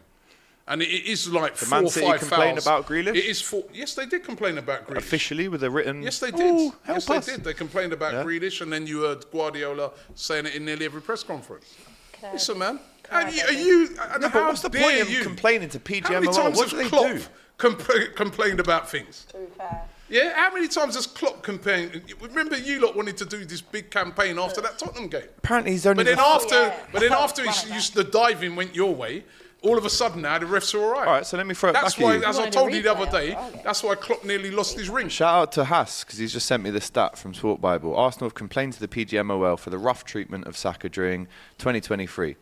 And it, it is like
Did
four
Man
or
City
five
complain
fouls.
about Grealish?
It is four. Yes, they did complain about Grealish.
Officially, with a written.
Yes, they
Ooh,
did.
help
yes,
us.
they did. They complained about
Yeah.
Grealish, and then you heard Guardiola saying it in nearly every press conference.
Can I-
Listen, man.
I
And you,
get
are
it?
you? And
No, but
how
what's the
dare
point of
you?
complaining to PGMOL?
How many times
What
has
do they
Klopp
do?
compla- complained about things?
To be fair.
Yeah, how many times has Klopp complained? Remember, you lot wanted to do this big campaign after that Tottenham game.
Apparently, he's only.
But then
the-
after,
Yeah.
but then after he used the diving went your way. All of a sudden, now the refs are all right.
All right, so let me throw it
That's
back at
why,
you.
as I
Wanted a
told you the other
replay,
day,
okay.
that's why Klopp nearly lost his ring.
Shout out to Haas because he's just sent me the stat from Sport Bible. Arsenal have complained to the PGMOL for the rough treatment of Saka during 2023.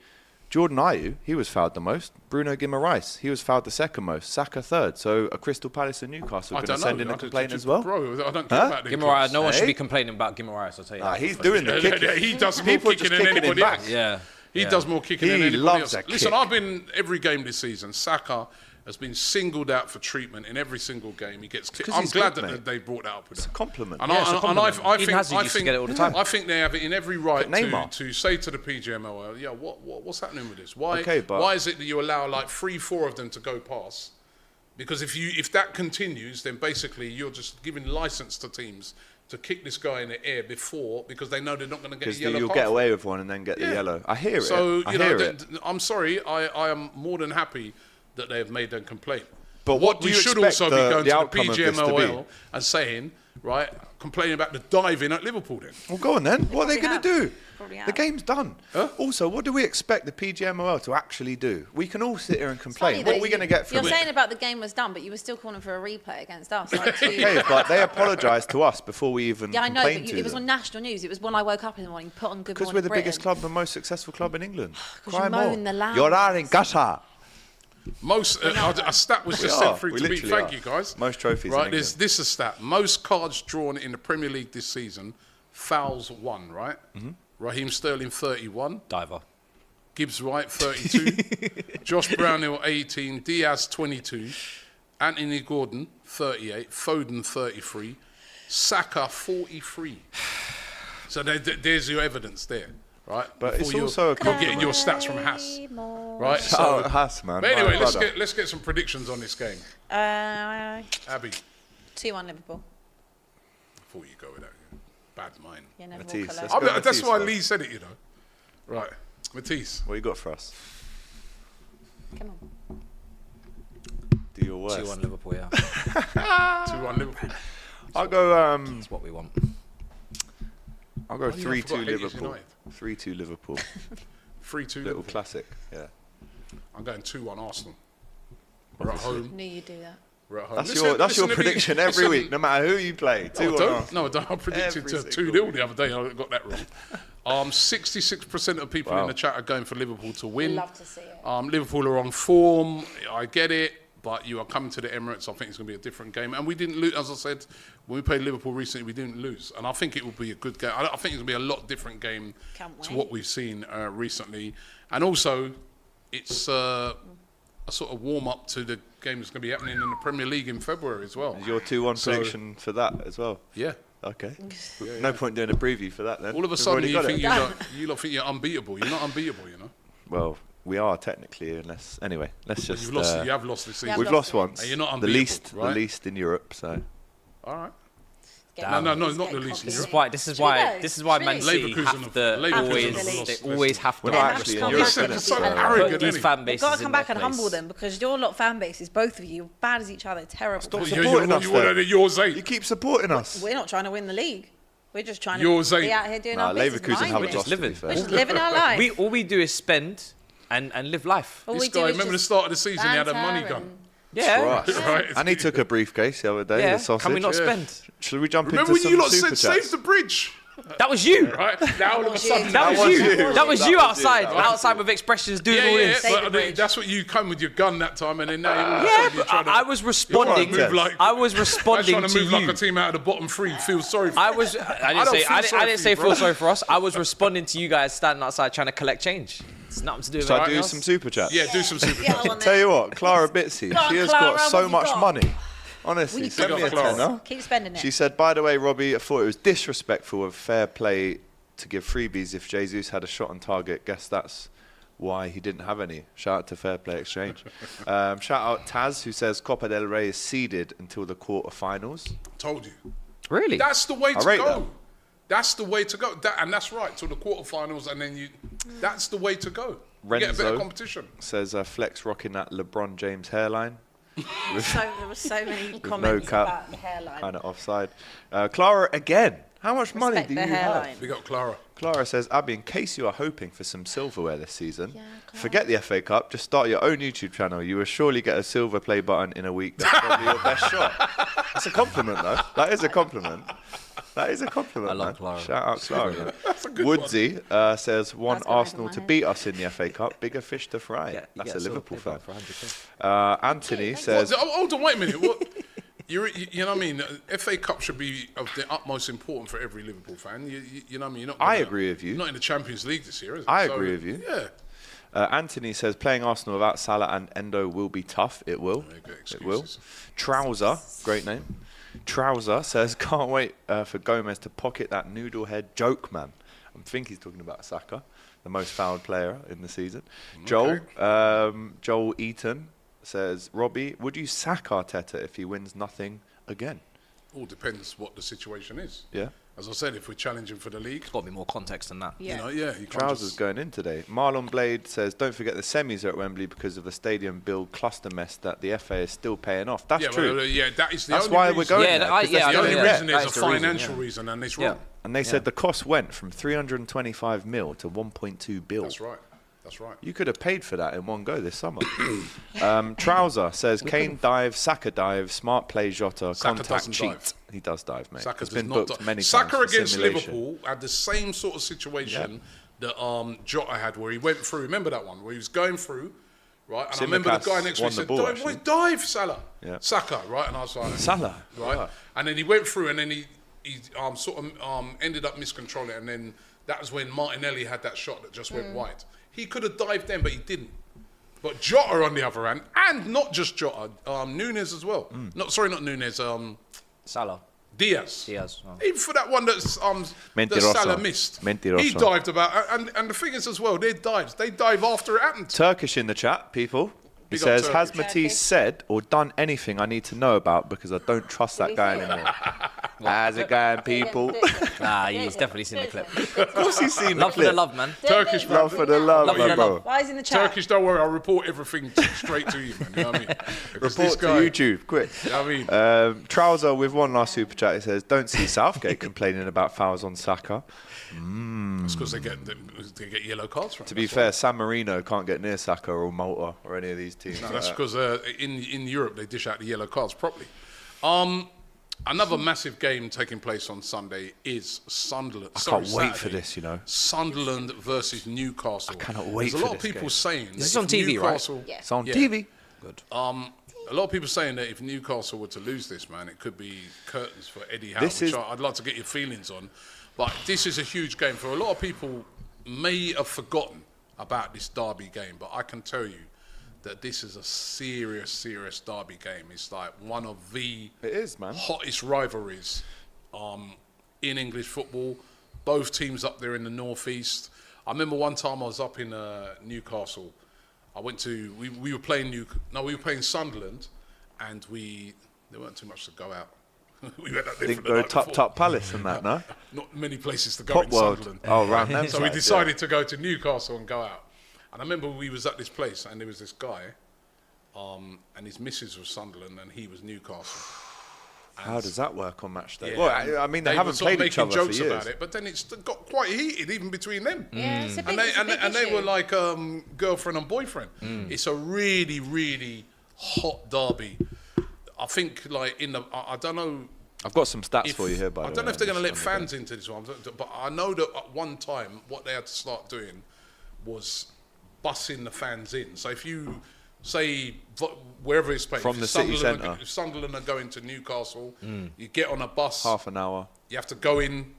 Jordan Ayew, he was fouled the most. Bruno Guimaraes, he was fouled the second most. Saka third. So a Crystal Palace and Newcastle are
I
going
don't
to
know.
send in
I
a
don't-
complaint
you-
as well.
Bro, I don't care
Huh?
about the
Guimaraes, no one should
Eh?
be complaining about Guimaraes. I'll tell you.
Nah,
that.
he's doing the
Yeah, yeah,
kicking.
he does more
People are just
kicking than
kicking him
anybody
back.
else.
Yeah.
He
Yeah.
does more kicking
He
than anybody
loves
else.
a
Listen,
kick.
I've been every game this season. Saka has been singled out for treatment in every single game. He gets kicked.
'cause
I'm
he's
glad
good,
that
mate.
they brought that up with it's
a compliment.
And
Yeah,
I,
it's a
and I-
compliment.
and I, I
Even
think,
Hazard
I
used to
think,
get it all the time.
I think they have it in every right
Look at
to,
Neymar.
to say to the PGMOL, yeah, what, what what's happening with this? Why
Okay, but-
why is it that you allow like three, four of them to go past? Because if you if that continues, then basically you're just giving license to teams to kick this guy in the air before because they know they're not going to get a
Because
yellow
you'll
card
get
for
away with one and then get the yellow. I hear it.
so,
I
you
hear
know,
it.
th- th- I'm sorry. I, I am more than happy that they have made their complaint.
But what do
we
you
should
expect
also
the-
be
the
going
outcome of
to the
this to be?
PGMOL and saying, right, complaining about the diving at Liverpool. Then
Well, go on then. What are they going to do?
Probably
The game's done. Also, what do we expect the PGMOL to actually do? We can all sit here and complain.
Funny
what
though,
are we
you-
going to get
You're
from it?
saying about the game was done, but you were still calling for a replay against us. Like, two-
okay, but they apologised to us before we even
yeah, I know,
complained
but you, it
to
was
them.
on national news. It was when I woke up in the morning, put on Good
Because
Morning
we're the
Britain.
biggest club and most successful club in England.
'Cause
Cry
you
more.
moan the loudest.
You're out in Qatar.
Most uh, a, a stat was
We
just
are.
sent through
We
to me.
literally
Thank
are.
you guys.
Most trophies in
Right, there's, this is a stat. Most cards drawn in the Premier League this season, fouls one. Right,
Mm-hmm.
Raheem Sterling 31.
Diver.
Gibbs White 32, Josh Brownhill 18, Diaz 22, Anthony Gordon 38, Foden 33, Saka 43. So there, there- there's your evidence there, right?
But it's
Before you're-
also a
you're getting
compliment.
your stats from Haas, right?
Shout out Haas, man.
But
My
anyway, let's
brother.
get let's get some predictions on this game.
Uh,
Abby,
2 1 Liverpool.
before you go with that, bad mind.
Yeah, never
Matisse,
walk alone.
let's go
I mean, that's
Matisse,
why
though.
Lee said it, you know. Right, Matisse.
What you got for us?
Come on.
Do your worst.
2-1 Liverpool, yeah.
2-1 Liverpool.
I'll go. Um,
That's what we want.
I'll go
Oh, yeah, I
3 2
forgot Hades
Liverpool.
United.
3 2 Liverpool.
3 2
Little
Liverpool.
classic. Yeah.
I'm going 2 1 Arsenal. We're at
Obviously.
home.
Knew you'd do that.
We're at home.
That's
Listen-
your that's your
listen to me-
prediction every
listen-
week, no matter who you play.
No,
Two
I
or
don't.
not.
No, I don't. I predicted
Every
to 2
single
0 the other day. I got that wrong. Um, 66% of people
Wow.
in the chat are going for Liverpool to win.
Love to see it.
Um, Liverpool are on form. I get it. But you are coming to the Emirates. I think it's going to be a different game. And we didn't lose, as I said, when we played Liverpool recently, we didn't lose. And I think it will be a good game. I I think it's going to be a lot different game
Can't
to
wait.
what we've seen uh, recently. And also, it's uh, a sort of warm up to the game that's going to be happening in the Premier League in February as well.
Is your 2 1
So-
prediction for that as well?
Yeah.
Okay. No point doing a preview for that then.
All of a
We've
sudden,
already
you
got
think,
it.
you, lot, you lot think you're unbeatable. You're not unbeatable, you know.
Well, we are technically, unless. Anyway, let's just.
You've lost,
uh,
you have lost this season.
We've lost once.
And you're not
the
unbeatable.
least,
right?
the least in Europe. So
All right.
Damn.
No, no, no, not the least. in
This is
Europe.
why. This is
Should we
why.
go?
This is why
Should
Man
we?
City
Leverkusen
have
have-
to
Leverkusen have
always.
lost
They
this
always
season.
have to.
We're not actually in
put
Europe,
You're
innit?
so
So-
Put
arrogant,
these
innit?
fan
We've
bases
got to
in
come
their
back and
place.
humble them because your lot of fan bases, both of you, bad as each other, terrible.
Stop
You're, you're,
supporting
you're,
us
you're,
then.
you yours eight.
you keep supporting us.
We're not trying to win the league. We're just trying
You're
to
saying-
be out here doing
Nah,
our business.
Leverkusen
minding.
haven't lost. to be
living.
fair.
We're just living our life.
We all we do is spend and and live life.
All
This
we do
guy,
is
remember the
just
start of the season, he had a
banter
money
and-
gun.
Yeah.
Christ.
Right.
And he took a briefcase the other day.
Yeah.
The sausage.
Can we not spend?
Should we jump
Remember when
into
you
some
lot
super
said,
chats?
save the bridge?
That was you.
Right? Now all of a sudden.
Oh, That was you. That was
That
you
was you.
outside.
That was
Outside with expressions doing
Yeah,
all
yeah,
this.
but I mean, that's what you come with your gun that time, and then now you're all of a
Yeah,
sudden you're
but
trying to.
I I was
you're trying to
responding.
move like-
I was
I'm
responding
trying to
to
move like a
you.
team out of the bottom three. Feel sorry for
I was. I
I
didn't
don't
say.
feel
I didn't,
sorry
I didn't
for
say
you, bro.
feel sorry for us. I was responding to you guys standing outside trying to collect change. It's nothing to do with
Should I
anything
do
else.
some super chats?
Yeah, do some super
Yeah, I want
Tell
that.
you what, Clara Bitsy,
Go on,
she has
Clara,
got
what
so
you
much
got?
money. Honestly, send
got
me a
Clara.
tenner.
Keep spending it.
She said, by the way, Robbie, I thought it was disrespectful of fair play to give freebies if Jesus had a shot on target. Guess that's why he didn't have any. Shout out to Fair Play Exchange. um, shout out Taz, who says Copa del Rey is seeded until the quarterfinals.
Told you.
Really?
That's the way
I
to
rate
go.
that.
That's the way to go. That, and that's right till the quarterfinals, and then you. That's the way to go. You get a bit
Renzo.
of competition.
Says uh, Flex rocking that LeBron James hairline.
so, there were so many
With no
comments
cap,
about the hairline.
kind of offside. Uh, Clara again. How much money
Respect
do you
the
have?
hairline.
We got Clara.
Clara says, Abby, in case you are hoping for some silverware this season, forget the FA Cup, just start your own YouTube channel. You will surely get a silver play button in a week. That's probably your best shot. That's a compliment, though. That is a compliment. That is a compliment.
I love
man.
Clara.
Shout out Clara. Woodsy uh, says, want
That's gone over
Arsenal
my
to
head.
beat us in the FA Cup. Bigger fish to fry.
Yeah, you
That's
get
a
a silver
Liverpool
play
fan.
button for 100p.
Uh, Anthony
What,
says,
oh, hold on, wait a minute. What, you're, you, you know what I mean? Uh, FA Cup should be of the utmost importance for every Liverpool fan. You, you, you know what I mean? You're not
I
gonna-
agree with you.
Not in the Champions League this year, is it?
I agree with you.
Yeah.
Uh, Anthony says playing Arsenal without Salah and Endo will be tough. It will. It will. Trouser, great name. Trouser says can't wait uh, for Gomez to pocket that noodle head joke man. I think he's talking about Saka, the most fouled player in the season. Joel um, Joel Eaton says Robbie, would you sack Arteta if he wins nothing again?
All depends what the situation is.
Yeah.
As I said, if we're challenging for the league, it's got
to be more context than that.
You know, yeah. You can't
Trousers
just-
going in today. Marlon Blade says, "Don't forget the semis are at Wembley because of the stadium build cluster mess that the FA is still paying off." That's
yeah, well,
true.
uh, yeah, that is the
That's
only
why
reason.
we're going. there, 'cause that's
the only
yeah.
reason is a financial reason, and it's wrong.
And they said the cost went from 325 mil to 1.2 bill.
That's right. That's right.
You could have paid for that in one go this summer. um, Trouser says Kane dive, Saka dive, smart play Jota,
Saka doesn't
contact cheat.
dive.
He does dive, mate.
Saka
it's
does
been
not
booked
do-
many
Saka
times. for
against
simulation.
Liverpool had the same sort of situation that um, Jota had, where he went through. Remember that one where he was going through, right? And I remember
Tsimikas
the guy next to me
won the
said,
ball,
"Dive,
actually.
why dive, Salah,
Yeah.
Saka," right? And I was like,
Salah,
right? And then he went through, and then he he um, sort of um, ended up miscontrolling, it, and then that was when Martinelli had that shot that just went
Mm.
wide. He could have dived then, but he didn't. But Jota on the other hand, and not just Jota, um, Nunes as well. Not sorry, not Nunes. Um,
Mm. Salah.
Diaz.
Diaz.
Even for that one that's um that
Mentiroso.
Salah missed. He
Mentiroso.
dived about, and and the thing is as well, their dives they dive after it happened.
Turkish in the chat, people. He
Big up
says,
Turkish.
"Has Matisse said or done anything I need to know about because I don't trust that guy anymore?" How's it going, people?
nah, he's definitely seen the clip.
of course, he's seen
Love
the
for the
clip.
love, man.
Turkish man.
love for the love,
Love for
man,
the
bro.
love.
Why is he in the chat?
Turkish, don't worry, I'll report everything straight to you, man. You know what I mean? Because this
Report to
guy-
YouTube, quick.
I mean,
um, Trouser with one last super chat. It says, "Don't see Southgate complaining about fouls on Saka." Mm.
It's because they get they, they get yellow cards from.
To
it,
be
that's
fair, San Marino can't get near Saka or Malta or any of these teams.
No,
like
that's
that.
because uh, in in Europe they dish out the yellow cards properly. Um, another massive game taking place on Sunday is Sunderland.
I
sorry,
can't wait for
Saturday.
this. You know,
Sunderland versus Newcastle. I cannot
wait
There's a
for
lot of
this
people
game.
saying
This is
that
on
if
TV, right?
Newcastle,
Yeah. It's on TV.
Good. Um, a lot of people saying that if Newcastle were to lose this, man, it could be curtains for Eddie Howe,
This
which
is-
I, I'd like to get your feelings on. But this is a huge game for a lot of people. May have forgotten about this derby game, but I can tell you that this is a serious, serious derby game. It's like one of the
it is man
hottest rivalries um, in English football. Both teams up there in the northeast. I remember one time I was up in uh, Newcastle. I went to we, we were playing New no we were playing Sunderland, and we there weren't too much to go out. we went out there
Think
for the
go
night
top
before.
top palace and that, no?
Not many places to go
Pop
in
World.
Sunderland.
Oh, round them
So we
sides, yeah.
decided to go to Newcastle and go out. And I remember we was at this place and there was this guy, um, and his missus was Sunderland and he was Newcastle.
How does that work on match day?
Yeah,
Well,
and
I, I mean, they,
were
haven't
sort of
played each
making
other
jokes
for years.
about it, but then it's got quite heated even between them.
Yeah, it's a
and
big-
they,
it's a
and,
big
and they
issue.
were like um, girlfriend and boyfriend.
Mm.
It's a really, really hot derby. I think like in the I, I don't know.
I've got some stats
if-
for you here, by
I
the way.
don't know if they're
I'm
going to let
just on the
fans into this one, but I know that at one time what they had to start doing was busing the fans in. So if you say vo- wherever it's played,
From
if
the city
Sunderland are-
centre.
if Sunderland are going to Newcastle,
Mm.
you get on a bus.
Half an hour.
You have to go in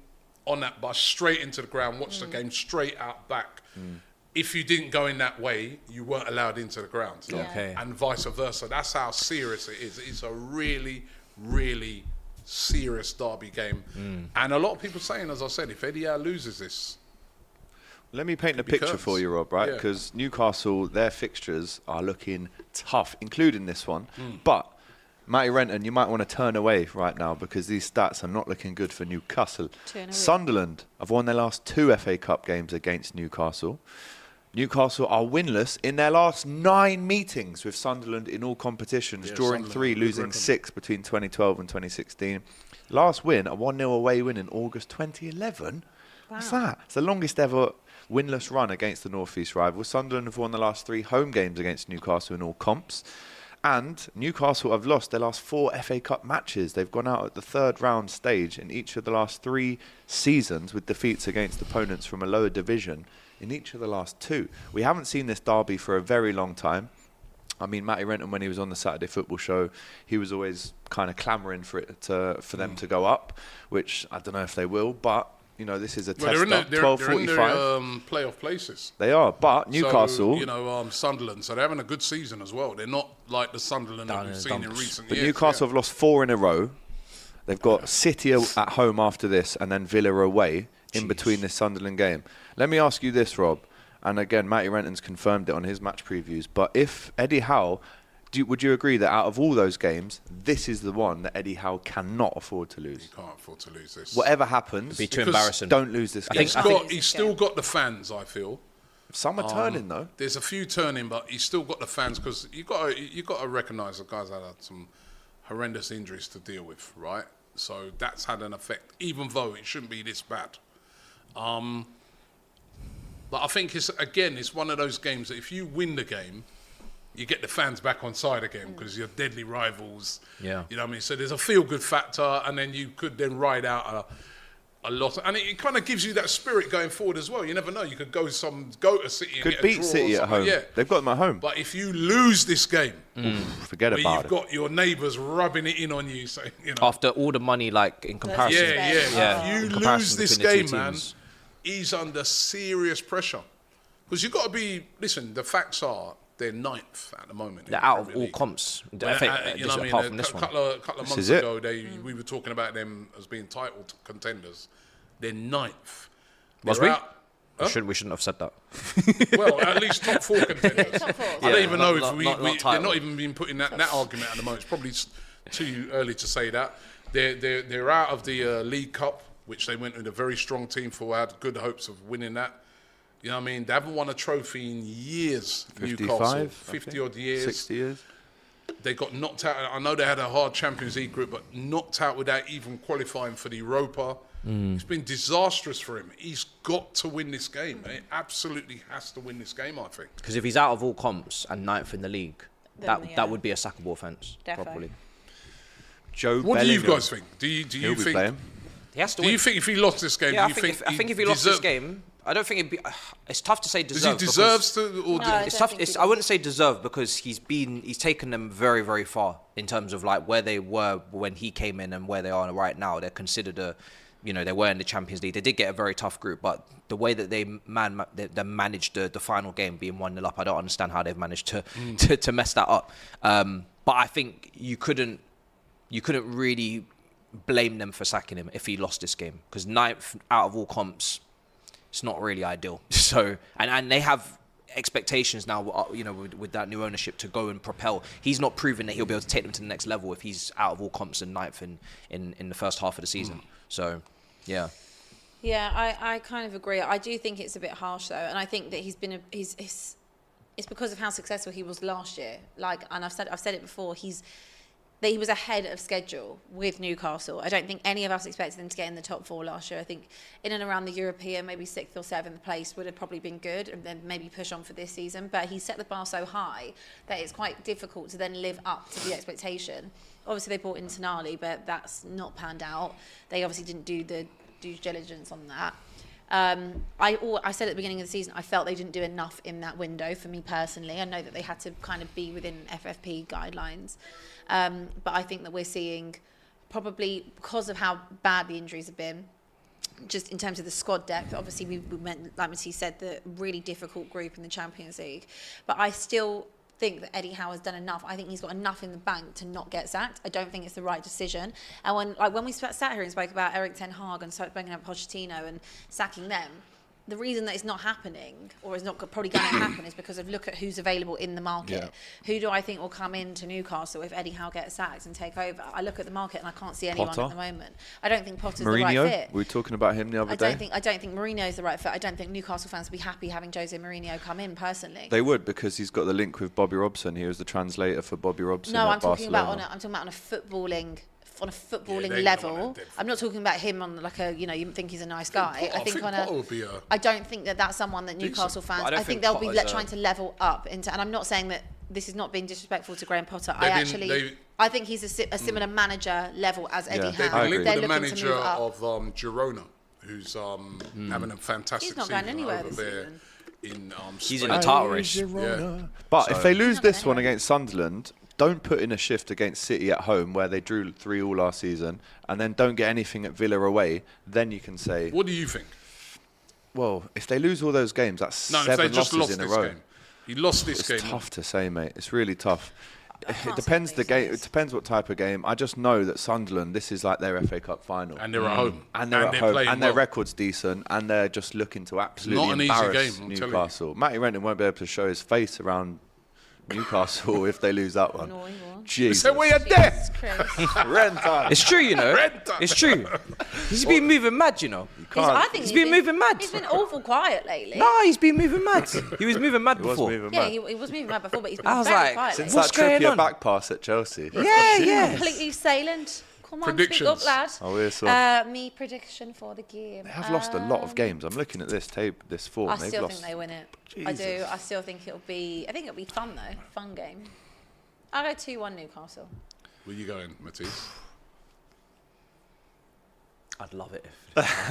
on that bus straight into the ground, watch the
Mm.
game straight out back.
Hmm.
If you didn't go in that way, you weren't allowed into the ground.
Yeah. Okay.
And vice versa. That's how serious it is. It's a really, really serious derby game.
Hmm.
Mm.
And a lot of people saying, as I said, if Eddie Howe loses this,
Let me paint the
be
picture
curtains.
for you, Rob, right?
Yeah.
Because Newcastle, their fixtures are looking tough, including this one.
Mm.
But, Matty Renton, you might want to turn away right now because these stats are not looking good for Newcastle.
Turn away.
Sunderland have won their last two FA Cup games against Newcastle. Newcastle are winless in their last nine meetings with Sunderland in all competitions,
Yeah,
drawing
Sunderland,
three,
good
losing
record.
six between 2012 and 2016. Last win, a 1 0 away win in August 2011. What's that? It's the longest ever winless run against the North East rival. Sunderland have won the last three home games against Newcastle in all comps. And Newcastle have lost their last four FA Cup matches. They've gone out at the third round stage in each of the last three seasons with defeats against opponents from a lower division in each of the last two. We haven't seen this derby for a very long time. I mean, Matty Renton, when he was on the Saturday Football Show, he was
Mm.
always kind of clamouring for it to, for them to go up, which I don't know if they will, but you know, this is a
Well,
test
they're in
up.
the, they're,
Twelve
they're in
forty-five.
the um, playoff places.
they are, but
So,
Newcastle.
you know, um, Sunderland. So they're having a good season as well. They're not like the Sunderland that we've seen in recent
But
years.
Newcastle have lost four in a row. They've got City a- at home after this, and then Villa away in between this Sunderland game. Let me ask you this, Rob, and again, Matty Renton's confirmed it on his match previews. But if Eddie Howe, do, would you agree that out of all those games, this is the one that Eddie Howe cannot afford to lose?
He can't afford to lose this.
Whatever happens,
be too
because
embarrassing.
Don't lose this
I
game.
think-
He's got, he's still got the fans. I feel.
Some are turning, though.
Um, There's a few turning, but he's still got the fans because you got you got to recognise the guys that had uh, some horrendous injuries to deal with, right? So that's had an effect, even though it shouldn't be this bad. Um, but I think it's again, it's one of those games that if you win the game, you get the fans back on side again because you're deadly rivals.
Yeah.
You know what I mean? So there's a feel good factor, and then you could then ride out a, a lot. And it, kind of gives you that spirit going forward as well. You never know. You could go some go to City and
Could
get a
beat
draw or
City at
something,
home.
Yeah.
They've got them at home.
But if you lose this game,
Mm.
Forget
where
about
you've
it.
got your neighbours rubbing it in on you, saying, you know,
After all the money, like in comparison,
yeah, yeah,
yeah. in
If you lose
comparison
this
between the
game,
two
man,
teams.
he's under serious pressure. Because you've got to be. Listen, the facts are they're ninth at the moment.
They're out of all comps. I
Well,
think,
uh,
uh,
you know what I mean?
apart
A
from this
cou-
one.
couple of, couple of
This
months
is it.
ago, they we were talking about them as being title t- contenders. They're ninth.
Was
They're
we?
out- Huh?
We Should we shouldn't have said that?
well, at least top four contenders. I
Yeah,
don't even
not-
know
not-
if we,
not-
we
not
they're
title.
not even been putting that, that argument at the moment. It's probably s- too early to say that. They're, they're, they're out of the uh, League Cup, which they went with a very strong team for. Had good hopes of winning that. You know what I mean? They haven't won a trophy in years.
55, I
Newcastle, fifty
think.
odd years,
60 years.
They got knocked out. I know they had a hard Champions League group, but knocked out without even qualifying for the Europa.
Mm.
It's been disastrous for him. He's got to win this game. He absolutely has to win this game. I think.
Because if he's out of all comps and ninth in the league,
Then,
that
yeah.
that would be a sackable offence,
Defo.
probably.
Joe
What do you Bellingham. guys think? Do you- do He'll you be think- playing.
He has to
Do you
win.
think if he lost this game,
Yeah,
do you
I think,
think
if, I
he
think if he lost this
deserved-
game, I don't think it'd be. It's tough to say
he
deserve.
deserves to- or No, did- I
it's
don't
tough.
think
It's, I wouldn't say deserve because he's been he's taken them very very far in terms of like where they were when he came in and where they are right now. They're considered a. You know they were in the Champions League. They did get a very tough group, but the way that they man ma- they, they managed the, the final game being one 0 up, I don't understand how they've managed to
Mm.
to, to mess that up. Um, but I think you couldn't you couldn't really blame them for sacking him if he lost this game because ninth out of all comps, it's not really ideal. So and and they have expectations now, uh, you know, with, with that new ownership to go and propel. He's not proven that he'll be able to take them to the next level if he's out of all comps and ninth in in, in the first half of the season. So yeah,
Yeah, I, I kind of agree. I do think it's a bit harsh though, and I think that he's been a, he's, he's it's because of how successful he was last year. Like, and I've said I've said it before. He's that he was ahead of schedule with Newcastle. I don't think any of us expected them to get in the top four last year. I think in and around the European, maybe sixth or seventh place would have probably been good, and then maybe push on for this season. But he set the bar so high that it's quite difficult to then live up to the expectation. Obviously, they bought in Tonali, but that's not panned out. They obviously didn't do the due diligence on that. Um, I al- I said at the beginning of the season I felt they didn't do enough in that window for me personally. I know that they had to kind of be within FFP guidelines, um, but I think that we're seeing probably because of how bad the injuries have been, just in terms of the squad depth, obviously we, we meant, like Matisse said, the really difficult group in the Champions League. But I still think that Eddie Howe has done enough. I think he's got enough in the bank to not get sacked. I don't think it's the right decision. And when like when we sat sat here and spoke about Eric Ten Hag and spoke about Pochettino and sacking them, the reason that it's not happening or is not go- probably going to happen is because of look at who's available in the market.
Yeah.
Who do I think will come into Newcastle if Eddie Howe gets sacked and take over? I look at the market and I can't see anyone at
Potter?
the moment. I don't think Potter's the
Mourinho.
right fit.
we were talking about him the other
I
day.
don't think I don't think Mourinho is the right fit. I don't think Newcastle fans would be happy having Jose Mourinho come in personally.
They would because he's got the link with Bobby Robson. He was the translator for Bobby Robson.
no,
at
I'm talking about on a,
Barcelona.
I'm talking about on a footballing on a
they
footballing
don't
level. I'm not talking about him on like a you know you think he's a nice guy.
Potter-
I think, on
Potter
a
would be a-
I don't think that that's someone that Newcastle
Decent.
fans.
But I
I, think
don't think
they'll be
Potter's
le-
a-
trying to level up into. And I'm not saying that this is not being disrespectful to Graham Potter. I
They've been-
actually
they-
I think he's a, si- a similar manager level as Eddie
They've
Howe.
been linked
They're
with
looking to
the manager
move up.
of um, Girona, who's um,
Hmm.
having a fantastic
He's not
season
going anywhere
over
this
there in um,
He's in
Spain.
a title race.
Yeah.
But
So-
if they lose this one against Sunderland, Don't put in a shift against City at home where they drew three all last season, and then don't get anything at Villa away. Then you can say,
What do you think?
well, if they lose all those games, that's
No, if
seven
they just lost
losses in a
this
row.
game. He lost this
It's
game.
tough to say, mate. It's really tough. It depends the game. It depends what type of game. I just know that Sunderland. This is like their FA Cup final,
Mm.
And they're at home.
and they're
And
at
they're
home,
playing
and their
well.
record's decent, and they're just looking to absolutely
an easy
embarrass
game, I'm telling you.
Newcastle. Matty Renton won't be able to show his face around Newcastle if they lose that one. Jesus.
So we are dead.
Renton.
It's true, you know.
Renton.
It's true. He's been moving mad, you know.
He's, I think
he's been moving mad.
He's been awful quiet lately.
No, he's been moving mad. He was moving mad
He was
before.
moving
yeah, he, he was moving mad before, but he's been
I was
very
like,
quiet.
Since
lately.
that Trippier back pass at Chelsea.
Yeah,
yeah.
Completely silent. Come on, speak up,
Predictions.
lad.
Oh, we're so-
Uh, me prediction for the game.
They have lost a lot of games. I'm looking at this tape, this form.
Um, I
They've
still
lost.
think they win it. I do.
Jesus.
I still think it'll be. I think it'll be fun though. Fun game. I'll go two one Newcastle.
Where you going, Matisse?
I'd love it. If,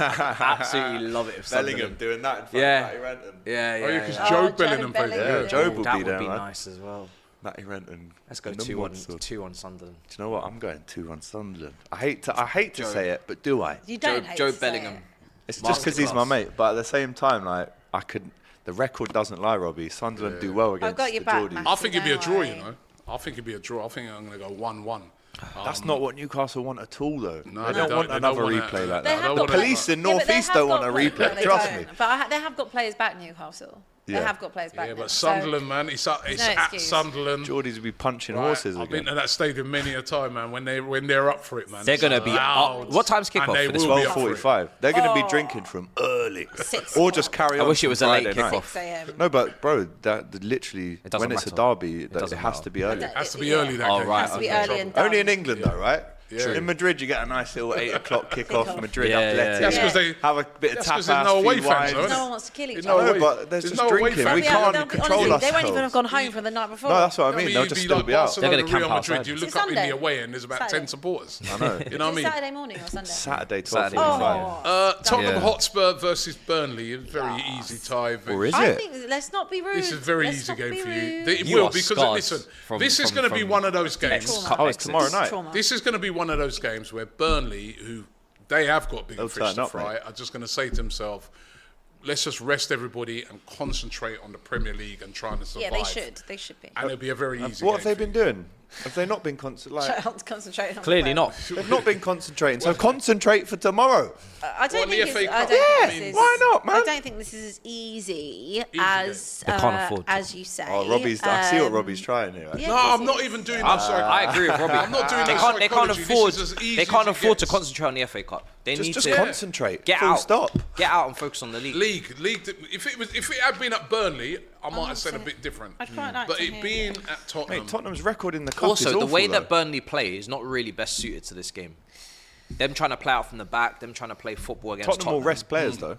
absolutely love it. If
Bellingham
Sunderland-
doing that in front of
yeah.
Matty Renton.
Yeah, yeah.
Oh, yeah,
yeah.
'cause Oh, Joe Joe Bellingham plays Bellingham. there. Yeah, Joe will
that
be
would
there,
be
right?
nice as well.
Matty Renton.
Let's go
Number
two
one
one,
sort.
two on Sunderland.
Do you know what? I'm going two on Sunderland. I hate to I hate to say it, but do I?
You don't
Joe,
hate
Joe
to say
Bellingham.
It's just because he's my mate. But at the same time, like I could. The record doesn't lie, Robbie. Sunderland do well against the Geordies.
I think it'd be a draw, you know. I think it'd be a draw. I think I'm going to go 1 1.
That's not what Newcastle want at all, though.
No,
they,
they
don't,
don't-
want
they
another
don't want
replay
that.
like
They
that.
have
the
got players-
police in
Yeah, but
North
they
East
have
don't
got
want a
players- no,
replay.
they
Trust
don't.
me.
But I, ha- they have got players back Newcastle. They
Yeah.
have got players back.
Yeah,
now,
but
so-
Sunderland, man, it's, at- it's
No
at
excuse.
Sunderland.
Geordies will be punching
Right,
horses
I've been
again.
to that stadium many a time, man. When they when they're up for it, man.
They're
It's
gonna be up-
loud.
what time's
And
kickoff
they
for this
will be
one?
up for it.
12:45. They're gonna be drinking from early.
Six
or just carry
I
on.
wish it
from
was a late
Friday night.
kickoff.
6 a.m.
No, but bro, that that literally
doesn't
when it's a
matter.
derby,
It
that- it,
doesn't
has
matter.
to be early.
It has to be early that
Oh,
game.
right,
It has to be okay. early and
Only
done.
in England though, right?
Yeah. True.
In Madrid, you get a nice little eight o'clock kickoff.
Kickoff.
Madrid
Yeah, yeah,
Athletic.
yeah. That's 'cause they-
have a bit of
that's
tapas,
'cause there's no
few
away fans,
wines.
though, isn't
No one wants to kill each
No,
other.
No, but there's
There's
just
no away
drinking.
fans.
We
Yeah,
they'll
can't
be-
control
honestly,
ourselves.
They won't even have gone home from the night before.
No, that's what I mean.
mean,
They'll
it'd
just
be
still
like
be out.
Barcelona,
They're gonna
Real
camp
Madrid.
outside.
You
Is
look
it
up in
Sunday?
the away and there's about
Saturday?
ten supporters.
I know.
You know
Is
what I
it
mean?
Saturday morning or Sunday?
Saturday,
Saturday.
12:45.
Uh, Tottenham
Yeah.
Hotspur versus Burnley, a very easy tie.
Or is
I
it?
think let's not be rude.
This is a very
Let's
easy
not
game
be
for you.
rude.
It
You
will
are
because
scarred
listen,
from-
this is
from-
going to be
from
one of those games.
Trauma.
Oh, it's tomorrow night.
Trauma.
This is going to be one of those games where Burnley, who they have got big
They'll
fish
turn
to
up,
fry,
mate.
are just going to say to themselves, "Let's just rest everybody and concentrate on the Premier League and trying to survive."
Yeah, they should. They should be.
And it'll be a very easy.
Uh, What have
game
they been doing? Have they not been concert like?
Concentrating on
Clearly
the
not.
They've not been concentrating. So concentrate for tomorrow.
I don't
Well, the
think it's,
FA
I
Cup,
don't
I
think
mean-
this is,
Why not,
I
man?
don't think this is as easy, as
They can't
uh,
afford to.
as you say.
Oh, Robbie's. I see what
Um,
Robbie's trying here. actually.
yeah,
No,
this
I'm not
is-
even doing
I'm
that.
sorry. I agree with Robbie.
I'm not doing
they
that
can't. They can't
psychology. This
afford.
is as
They
easy as
can't
it
afford to
gets.
concentrate on the FA Cup. They
Just
need
just
to
concentrate.
Get
Full
out.
stop.
Get out and focus on the league.
League, league. If it was, if it had been at Burnley, I might have said a bit different. Mm.
I'd quite like
but
to
it
hear
being at Tottenham,
Mate, Tottenham's record in the cup
Also,
is awful,
the way
though.
that Burnley play is not really best suited to this game. Them trying to play out from the back. Them trying to play football against
Tottenham
Tottenham. Hmm.
will rest players though.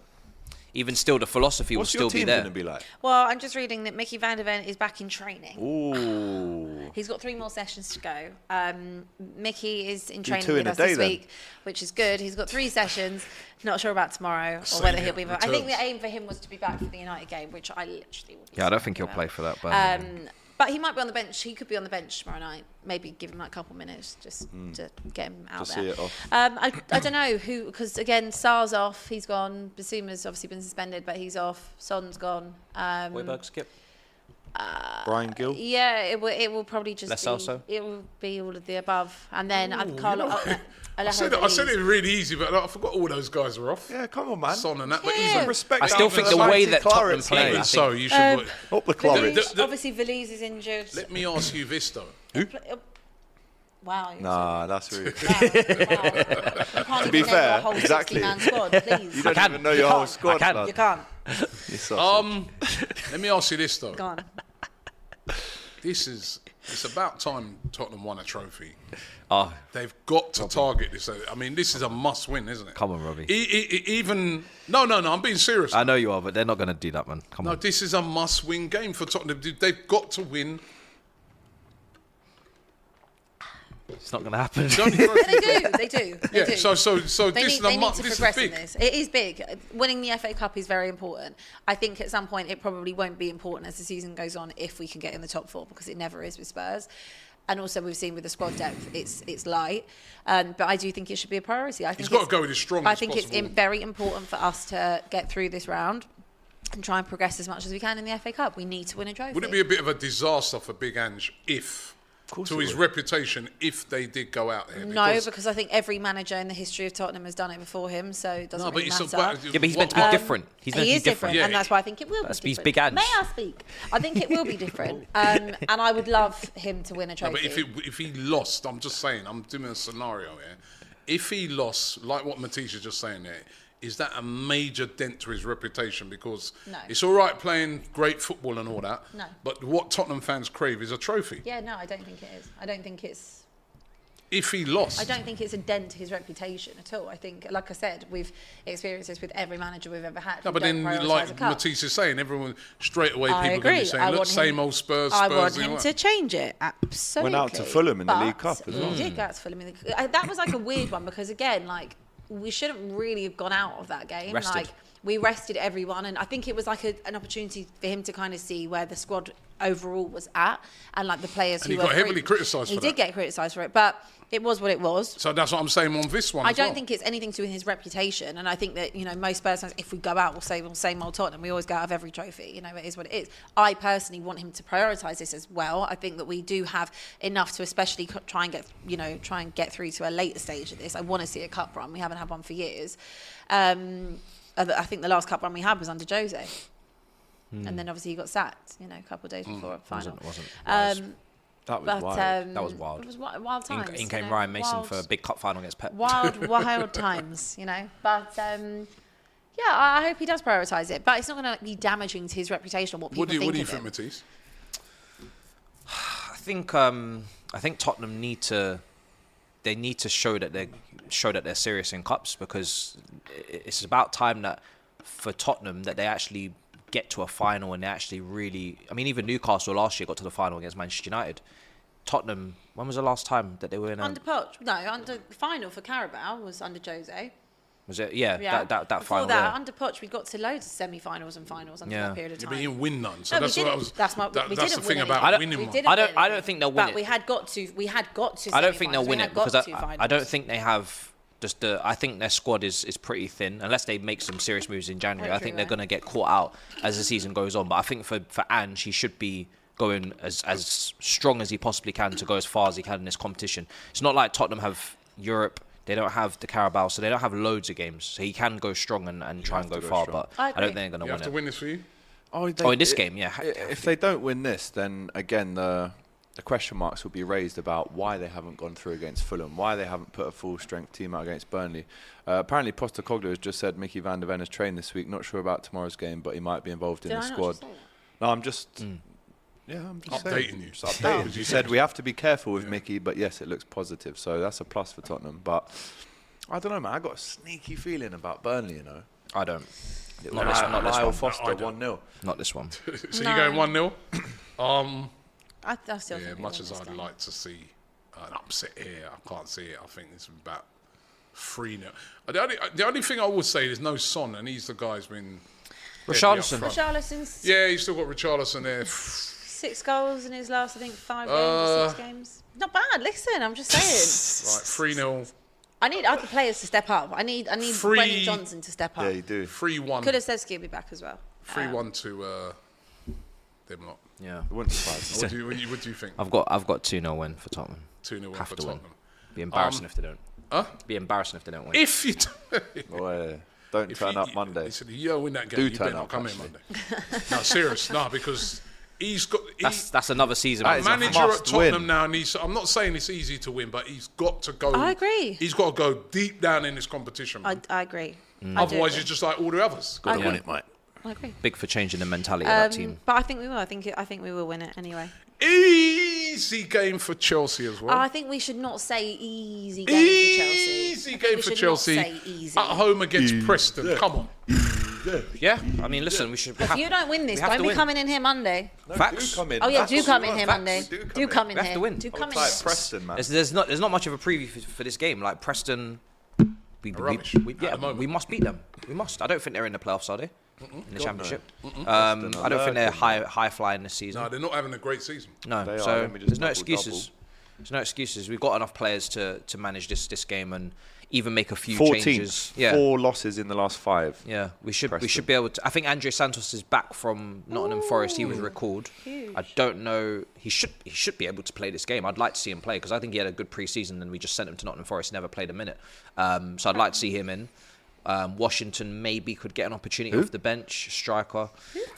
Even still, the philosophy
What's
will
your
still be
team
there.
going to be like?
Well, I'm just reading that Mickey Van der Ven is back in training.
Ooh.
He's got three more sessions to go. Um, Mickey is in
Do
training
two
with
in a
us
day
this
then?
week, which is good. He's got three sessions. Not sure about tomorrow or
Same
whether
here,
he'll be. I think
returns.
the aim for him was to be back for the United game, which I literally would. be
Yeah, I don't
talking
think he'll
about.
play for that Burnley
Um, but he might be on the bench. He could be on the bench tomorrow night. Maybe give him like a couple minutes just
Mm.
to get him out
To
there.
see it off.
Um, I, I don't know who because again, Sar's off. He's gone. Basuma's obviously been suspended, but he's off. Son's gone. Um, uh,
Hoiberg skip.
Brian Gill.
yeah, it will. It will probably just
Lo
be.
Celso?
It will be all of the above, and then I've
Ooh,
Carl.
you know
uh,
what? I
Alejo
said, it, I said
Ruiz.
it really easy, but I forgot all those guys were off.
Yeah, come on, man.
Son and that, but
Yeah.
even
Respect
I still
that
think
for
the
the
way
mighty
that Tottenham
Clarets,
play.
mate.
I
even
think-
so, you should.
Um,
work-
Up the
Valise,
Clarets.
The- the-
obviously, Valise is injured.
Let me ask you this though.
Wow. you're
Nah, that's rude.
so- wow, wow. You can't
To be
even name your
fair,
whole
exactly.
60-man Squad, please.
You don't
can.
even know
You
your whole
can't.
squad.
I can.
lad.
You can't.
You sausage.
Um, let me ask you this though.
Go on.
This is it's about time Tottenham won a trophy.
Oh,
They've got to target this. I mean, this is a must-win, isn't it?
Come on, Robbie.
E- e- e- even no, no, no. I'm being serious.
I know you are, but they're not going to do that, man. Come
No,
on.
this is a must-win game for Tottenham. Dude, They've got to win.
It's not going to happen.
The only trophy-
They do. They do. They
yeah.
do.
So, so, so
They need,
this is a
they
mu-
need to
this
progress
is big.
in this. It is big. Winning the FA Cup is very important. I think at some point it probably won't be important as the season goes on if we can get in the top four because it never is with Spurs. and also we've seen with the squad depth, it's it's light. Um, but I do think it should be a priority. I think
He's got to
it's-
go with his strongest
I think it's
possible.
im- very important for us to get through this round and try and progress as much as we can in the FA Cup. We need to win a trophy.
Would it be a bit of a disaster for Big Ange if, to
it
his
would.
reputation, if they did go out there?
no, because I think every manager in the history of Tottenham has done it before him, so it doesn't
No, but
really
it's
matter.
a- but-
Yeah, but he's meant to be
Um,
different. He's meant
he
to be
is different, and
different.
that's why I think it will
That's-
be
he's
different.
Big Ange.
May I speak? I think it will be different, um, and I would love him to win a
No,
trophy.
but if, it, if he lost, I'm just saying, I'm doing a scenario here. If he lost, like what Matisse is just saying there, is that a major dent to his reputation? Because
No.
it's all right playing great football and all that,
No.
but what Tottenham fans crave is a trophy.
yeah, no, I don't think it is. I don't think it's
If he lost,
I don't think it's a dent to his reputation at all. I think, like I said, we've experienced this with every manager we've ever had.
No,
who
but
don't
then,
prioritise a
like
cup.
Matisse is saying, everyone straight away,
I
people are going to
agree.
be saying,
I
look,
want him-
same old Spurs,
I
Spurs.
want
and
him
all
to
that.
change it. Absolutely.
Fulham in the
But
League Cup as well.
We did go out to Fulham. In the, I, that was like a weird one because again, like we shouldn't really have gone out of that game.
Rested.
Like we rested everyone, and I think it was like a, an opportunity for him to kind of see where the squad overall was at, and like the players
And
who
he
were
got
free.
heavily criticised
He
for
did
that.
get criticised for it, but it was what it was.
So that's what I'm saying on this one.
I
as
don't
well.
think it's anything to do with his reputation, and I think that you know most Spurs fans, if we go out, we'll say we'll same old Tottenham. We always go out of every trophy. You know, it is what it is. I personally want him to prioritise this as well. I think that we do have enough to especially co- try and get you know try and get through to a later stage of this. I want to see a cup run. We haven't had one for years. Um, I th- I think the last cup run we had was under Jose, and then obviously he got sacked. You know, a couple of days before the final.
Hmm. Mm. Wasn't, wasn't.
Um, but, um,
that was wild.
It was wi- wild times.
In,
you
in came
know,
Ryan Mason
wild-
for a big cup final against Pep.
wild, wild times, you know. But um, yeah, I I hope he does prioritise it. But it's not going to like, be damaging to his reputation or what people
What do you,
think
what do you
of
think,
him.
Matisse?
I think um, I think Tottenham need to they need to show that they show that they're serious in cups because i- it's about time that for Tottenham that they actually get to a final and they actually really I mean even Newcastle last year got to the final against Manchester United. Tottenham when was the last time that they were in a
Under Poch, no, under the final for Carabao was under Jose.
was it yeah,
Yeah.
that that, that
Before
final
that,
yeah.
under Poch, we got to loads of semi-finals and finals under
Yeah.
that period of
Yeah,
time.
but you didn't win none, so
no, we
that's what I
didn't.
was-
That's my.
that-
we
that's
didn't
the thing
win
about
any.
winning
We
one.
didn't
I don't-
win
I
any.
don't think they'll win
But
it.
we had got to. We had got to.
I don't think
semi-finals.
they'll
We
win
had
it
got
because I,
to
I- I
finals.
don't think they have just the. I think their squad is, is pretty thin unless they make some serious moves in January. I
Very
think
true,
they're
eh?
going to get caught out as the season goes on. But I think for for Anne, she should be going as as strong as he possibly can to go as far as he can in this competition. It's not like Tottenham have Europe. They don't have the Carabao, so they don't have loads of games. So he can go strong and, and try and go, far, but I, don't think they're going
You
win
have
it.
to win this for you.
Oh,
Oh, in this game, yeah.
i- If they don't win this, then again the the question marks will be raised about why they haven't gone through against Fulham, why they haven't put a full strength team out against Burnley. Uh, apparently, Postacoglu has just said Mickey van der Ven has trained this week. Not sure about tomorrow's game, but he might be involved in
Did
the
I not
squad.
just say that?
No, I'm just.
Mm.
Yeah, I'm just saying.
Updating you.
Just updating. you said we have to be careful with Mickey, but yes, it looks positive. So that's a plus for Tottenham. But I don't know, man. I got a sneaky feeling about Burnley. You know.
I don't.
Not this, not this one. Foster one 0
Not this one.
so you're going
No.
1 0? Um,
I, I still
yeah,
think they
much
win
as
this
I'd
game.
like to see an upset here, I can't see it. I think it's about 3 0. The only, uh, the only thing I will say, there's no Son, and he's the guy who's been. deadly up
Richarlison.
front.
Richarlison's
Yeah, you've still got Richarlison there.
Six goals in his last, I think, five games or
Uh,
six games. Not bad. Listen, I'm just saying.
right, 3 0.
I need other players to step up. I need I need
Free-
Brennan Johnson to step up.
do.
3 1.
Kulusevski will be back as well.
3 1 to uh, them lot.
Yeah.
It wouldn't surprise
What do you, what do you, what do you think?
I've got I've got two 0 win for Tottenham.
2-0 win
Have
for
to win.
Tottenham.
Be embarrassing
Um,
if they don't.
Huh?
Be embarrassing if they don't win.
If you don't,
don't
If
turn
you-
up Monday.
He said, "Yo, win that game.
Do
you
turn
better not
up,
come
actually.
in Monday." no, serious, no, because he's got. He,
that's that's another season.
a manager at Tottenham
now.
now needs. I'm not saying it's easy to win, but he's got to go.
I agree.
He's got to go deep down in this competition.
I, I agree. I
Mm.
do
Otherwise,
agree.
you're just like all the others.
Gotta Okay. win it, mate.
I agree.
Big for changing the mentality of
Um,
that team.
but I think we will. I think I think we will win it anyway.
Easy game for Chelsea as well.
I think we should not say easy game for Chelsea.
easy
We
game for
should not
Chelsea
say easy.
at home against Preston. Come on.
Yeah, I mean, listen, we should.
If you don't win this,
we have
don't
to
be
win.
coming in here Monday.
Facts.
come in.
Oh yeah,
That's
do
what
come
we
in
want.
here
Facts.
Monday.
We do come
Do
in.
come in
We have
here.
to win.
Do
I would
come in
like
here.
Preston, man.
There's, there's not there's not much of a preview for, for this game. Like Preston, we we, we, yeah, we must beat them. We must. I don't think they're in the playoffs, are they? In the
God, no.
championship.
Mm-mm.
Um,
Preston are
I don't think they're
lurking.
high high flying this season.
No, they're not having a great season.
No,
They are,
so
let me just
there's no
double-double.
excuses. There's no excuses. We've got enough players to, to manage this this game and even make a few
14th,
changes. Yeah,
four losses in the last five.
Yeah, we should we should be able to. I think Andre Santos is back from Nottingham Forest. He was recalled. I don't know. He should he should be able to play this game. I'd like to see him play because I think he had a good preseason and we just sent him to Nottingham Forest. Never played a minute. Um, so I'd like to see him in. Um, Washington maybe could get an opportunity
Who?
off the bench. Striker.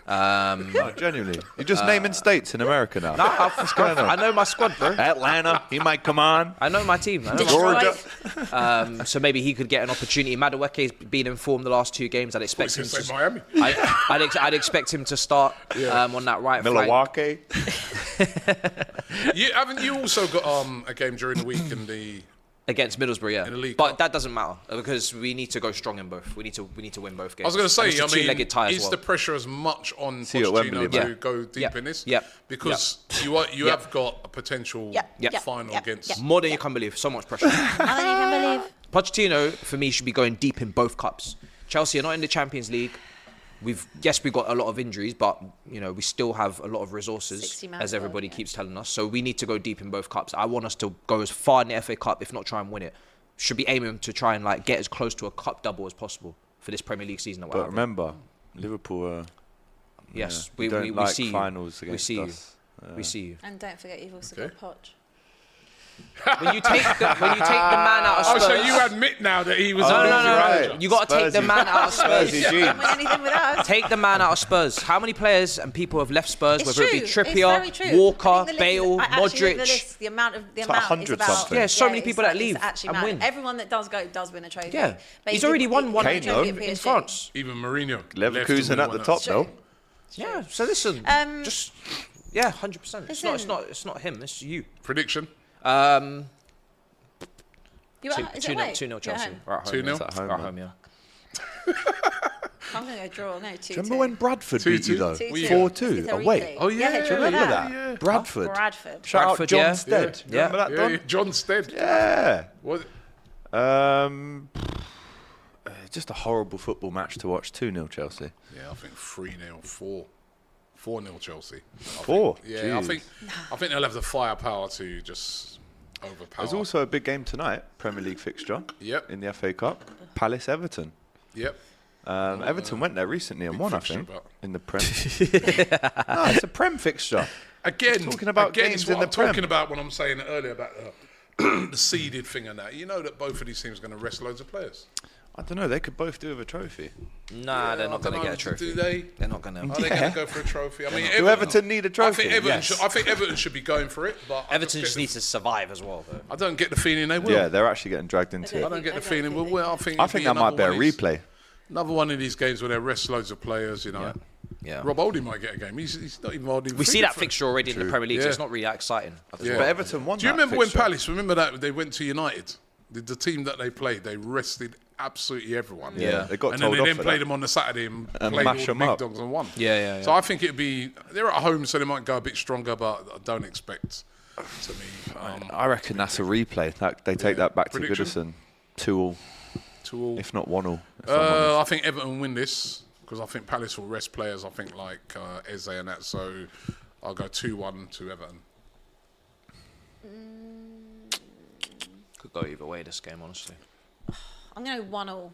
Um,
No, genuinely, you're just naming states in America now.
Uh, No, I, I know my squad, bro.
Atlanta, he might come on.
I know my team. I know my
Detroit.
squad. um, so maybe he could get an opportunity. Madueke's been informed the last two games. I'd expect him
gonna
to
say Miami.
I, would ex- I'd expect him to start um, on that right. flank.
Milwaukee.
you haven't you also got um, a game during the week in the
against Middlesbrough, yeah. but that doesn't matter uh, because we need to go strong in both. We need to we need to win both games.
I was going to
And it's
say,
a
I mean,
two-legged tie as
is
well.
the pressure as much on
See you at
Pochettino
Wembley,
to
mate.
go deep
Yep.
in this?
Yep.
Because
Yep.
you are, you
Yep.
have got a potential final against.
more than you can believe. So much pressure. Pochettino for me should be going deep in both cups. Chelsea are not in the Champions League. We've yes, we got a lot of injuries, but you know we still have a lot of
60
resources,
man
as
squad,
everybody keeps telling us. So we need to go deep in both cups. I want us to go as far in the FA Cup, if not try and win it. Should be aiming to try and like get as close to a cup double as possible for this Premier League season. That we're
But
having.
remember, Liverpool. Are,
Yes,
yeah,
we,
don't
we, we
like
see you.
finals
we
against
see
us.
you.
Yeah.
We see you.
And don't forget, you've also got Poch.
When you take the, when you take the man out of
Oh,
Spurs.
so you admit now that he was
No,
a
no, no,
losing
no.
manager.
You got to take the man out of Spurs.
anything with us.
Take the man out of Spurs. How many players and people have left Spurs,
It's
whether it be
true. It's very
Trippier,
true. I
Walker,
think the list is-
Bale,
I actually looked at The,
Modric?
list, the amount of the
It's like
amount is
100
about-
something. Yeah, so many
it's
people
like-
that
it's
leave
actually
and
mad.
win.
Everyone that does go does win a trophy.
Yeah.
But
He's
he
already
did-
won
he
one
won a
Kane,
trophy
though,
at
in
PSG.
France.
Even Mourinho.
Leverkusen at the top, though.
Yeah, so listen.
Um,
just yeah, hundred percent. It's not. It's
Listen.
not. It's not him. It's you.
Prediction.
Um.
You at
two,
ho- is it
two, nil,
away?
two nil
You're at
Chelsea.
home?
Right, home,
Two
yeah.
nil?
It's at
At home,
home,
yeah.
yeah.
I'm going to draw. No, two.
Remember when Bradford
Two,
beat
two.
you though,
Two, two.
four two
It's a
away.
replay. Oh, yeah,
do you
yeah,
remember
yeah,
that?
yeah.
Bradford.
Bradford.
Shout out
Bradford,
John
yeah.
Stead.
Yeah.
Remember that,
Yeah,
Don?
yeah, John Stead.
Yeah.
What?
Um, uh, just a horrible football match to watch. Two 0 Chelsea.
Yeah, I think 3 0, 4. 4 0 Chelsea. I think-
Four?
Yeah, I
Jeez.
think I think they'll have the firepower to just overpower.
There's also a big game tonight, Premier League fixture.
Yep.
In the FA Cup, Palace Everton.
Yep.
Um, Everton went there recently and won, I
Uh, fixture,
think,
but-
in the Prem. no, it's a Prem fixture.
Again,
Talking about
again,
games
it's what
in the
I'm
Prem.
talking about when I'm saying it earlier about the, the seeded thing and that. You know that both of these teams are going to rest loads of players.
I don't know. They could both do with a trophy.
Nah, they're not
I don't
going to get
know,
a trophy.
Do they?
They're not going to.
Are they going
Yeah.
to go for a trophy? I mean,
Do
Everton,
Everton need
I
a
think
trophy?
Everton,
Yes.
should, I think Everton should be going for it, but I
Everton just
get
needs to survive as well, though.
the- I don't get the feeling they will.
Yeah, they're actually getting dragged into
I
it.
don't get the feeling. Well, well, I think
I
it'd
think
be
that might
another
be a
one of these-
replay.
Another one of these games where they rest loads of players. You know,
Yeah.
Rob Oldie might get a game. He's, he's not even Oldie.
We see that fixture already in the Premier League. So it's not really that exciting.
Yeah.
But Everton won.
Do you
that
remember
fixture.
when Palace? Remember that they went to United. The, the team that they played, they rested absolutely everyone.
Yeah. Yeah. They got
and then
told
they
off
then
for
played
that.
them on the Saturday and,
And
played
mash
all the
'em
big
up.
dogs and won.
Yeah, yeah,
So
yeah.
I think it'd be they're at home, so they might go a bit stronger, but I don't expect to be uh, um,
I reckon that's a replay. That, they take that back
Prediction?
to Goodison. Two all.
Two all.
If not one all. if I'm
Uh,
honest.
I think Everton win this because I think Palace will rest players. I think like uh, Eze and that. So I'll go two one to Everton.
Could go either way this game, honestly.
I'm going to one all.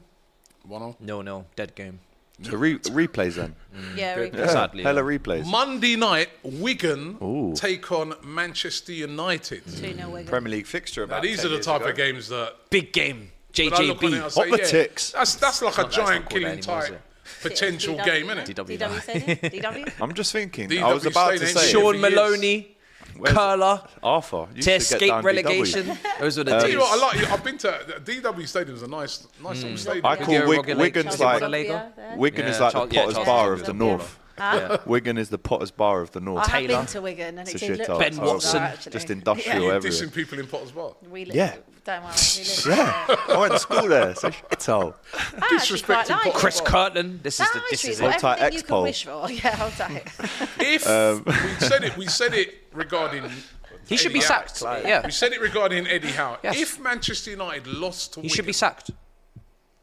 One all.
No, no, dead game.
So re- replays then.
Mm.
Mm.
Yeah, replays.
Sadly, hella replays.
Monday night, Wigan
Ooh.
take on Manchester United.
Two 0 Wigan.
Premier League fixture.
Now,
About
these
10
are the
years
type
ago.
of games that
Big game.
when I look on it, I
JJB.
say, yeah,
ticks.
That's that's like
It's not-
a
that's not
giant
called that
killing
anymore, is
type
it?
potential game, isn't it?
DW.
DW stadium? DW?
I'm just thinking.
DW
I was about to
stayed in
say.
Sean
if-
Yes.
Maloney,
Where's-
Curler,
Arthur. used get
to
down Um,
escape
DW.
relegation. Those were the Mm.
Tell
days.
you what, I like. you- I've been to the DW Stadium's a nice, nice
Mm.
Mm.
little stadium.
I call
Diego
Wig-
Rogelego,
Wigan's
Chelsea
like
Rogelego.
Wigan
Yeah,
is like
Chel-
the
yeah,
Potter's
Chelsea
Bar
Rogelego.
of the North.
Huh?
Wigan is the Potter's Bar of the North.
I have been to Wigan and
It's
it
a
did
shit
look
Ben
horrible,
Watson.
actually.
Just industrial
Yeah.
You're
everywhere.
dissing people in Potter's Bar.
We live.
Yeah.
Don't worry. We live.
Yeah, I went to school there. So shithole.
I Ah, actually quite
Disrespecting
like it.
Potter's
Chris Kirtland. This is
That
the. This
actually
is
is
it.
Hold tight,
everything you could
Expo.
wish for. Yeah, hold tight.
If we said it, we said it regarding.
He should
Eddie
be
Howe.
sacked. Yeah.
we said it regarding Eddie Howe.
Yes.
If Manchester United lost to
He
Wigan,
should be sacked.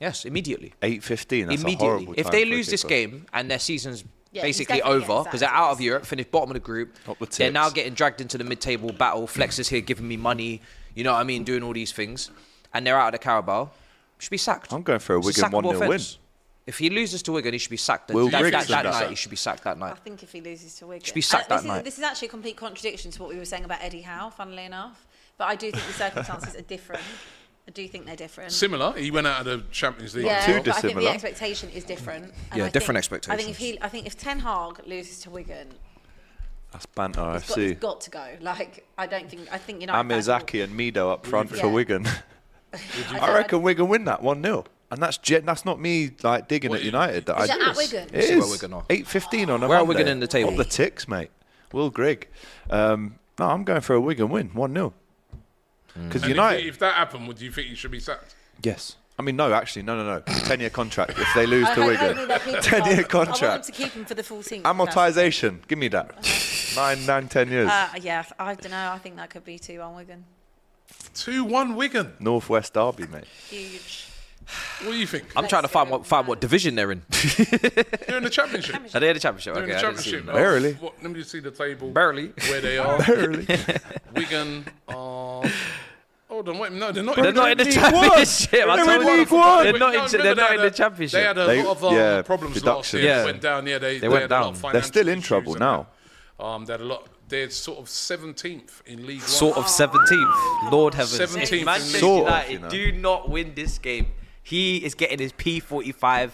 Yes, immediately.
Eight fifteen. That's a
Immediately.
horrible
If
time
they
for a
lose this
kicker.
game and their season's
Yeah, he's
basically
definitely
over
getting
because they're out of Europe, finished bottom of the group. they're now getting dragged into the mid-table battle. Flex is here giving me money. You know what I mean? Doing all these things, and they're out of the Carabao. Should be sacked.
I'm going for a
It's
Wigan
sackable
1 0 win.
offence. If he loses to Wigan, he should be sacked.
Will
that,
Griggs
that, that
said that.
night, he should be sacked that night.
I think if he loses to Wigan,
Should be sacked
Uh,
that
this,
night.
is, this is actually a complete contradiction to what we were saying about Eddie Howe. Funnily enough, but I do think the circumstances are different. I do think they're different.
Similar. He went out of the Champions League.
Yeah, but I think the expectation is different.
Yeah,
I
different
think, I think if he, I think if Ten Hag loses to Wigan,
That's banter, I
he's got, he's
see.
got to go. Like I don't think, I think you know.
Amir Zaki and Mido up front for
Yeah.
Wigan.
you-
I reckon Wigan win that 1 0. And that's gen- that's not me like digging at United. That
Is
I
it at Wigan?
It
See where
is.
Wigan are.
8.15 on a
Where are
Monday.
Wigan in the table?
Up the ticks, mate. Will Grigg. Um, no, I'm going for a Wigan win, 1 0.
Hmm.
Because
And
United.
If, if that happened, would you think he should be sacked?
Yes. I mean, no, actually, no, no, no. 10 year contract if they lose
I
to
hope-
Wigan.
hopefully they'll keep him.
10
I
year
want- I want
contract.
them to keep him for the full team.
Amortization. Give me that. Nine, nine, ten years.
Uh, yeah, I don't know. I think that could be two on Wigan.
2 1 Wigan.
Northwest Derby, mate.
Huge.
What do you think?
I'm trying to find what find what division they're in.
They're in the Championship.
Are they in the championship?
They're in
okay,
the
I didn't see
Championship.
them.
Uh, What, let me just see the table.
Barely.
Where they are.
Barely.
Wigan are. Hold on, wait. No, they're not.
They're
in
not in the
League One.
championship. I They're in told you. League One. They're not
remember
in- they're not
they
in
had
the championship.
They had a
They-
lot of um,
yeah,
problems last
deductions.
year. They
Yeah.
went down. Yeah, they,
They went
had a lot of
down. They're
They're
financial
still in
issues
trouble
and
now.
that. Um, they had a lot. They're sort of seventeenth in League One.
Sort of 17th. Lord heavens.
17th.
Manchester
Sort of,
United
you know.
do not win this game. He is getting his P45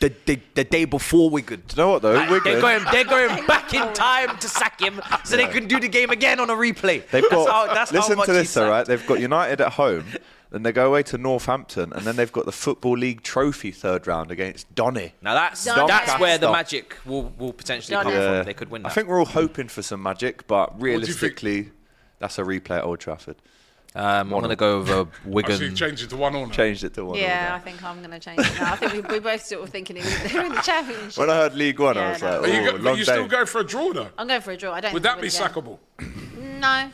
the, the, the day before Wigan. Do
you know what, though?
They're
Wigan-
going, they're going back in time to sack him so
Yeah.
they can do the game again on a replay.
They've
that's
got.
how, that's
listen
how much
to
he's
this,
sacked.
all right? They've got United at home, then they go away to Northampton, and then they've got the Football League Trophy third round against Donny.
Now that's
Don't
that's
ask.
where the
Stop.
magic will, will potentially come from. They could win
I
that.
think we're all hoping for some magic, but
you think?
realistically, that's a replay at Old Trafford.
Um, I'm going to go over Wigan.
Actually, changed it to one all now.
Changed it to one. all
yeah,
now.
I think I'm going to change it now. I think we, we both sort of thinking they were in the championship.
When I heard League One,
Yeah,
I was
no.
like,
Are you,
"Oh,
go, but
long
you
day."
still go for a draw though?
I'm going for a draw. I don't.
Would
think
that be
we'll win
sackable?
again. No, uh,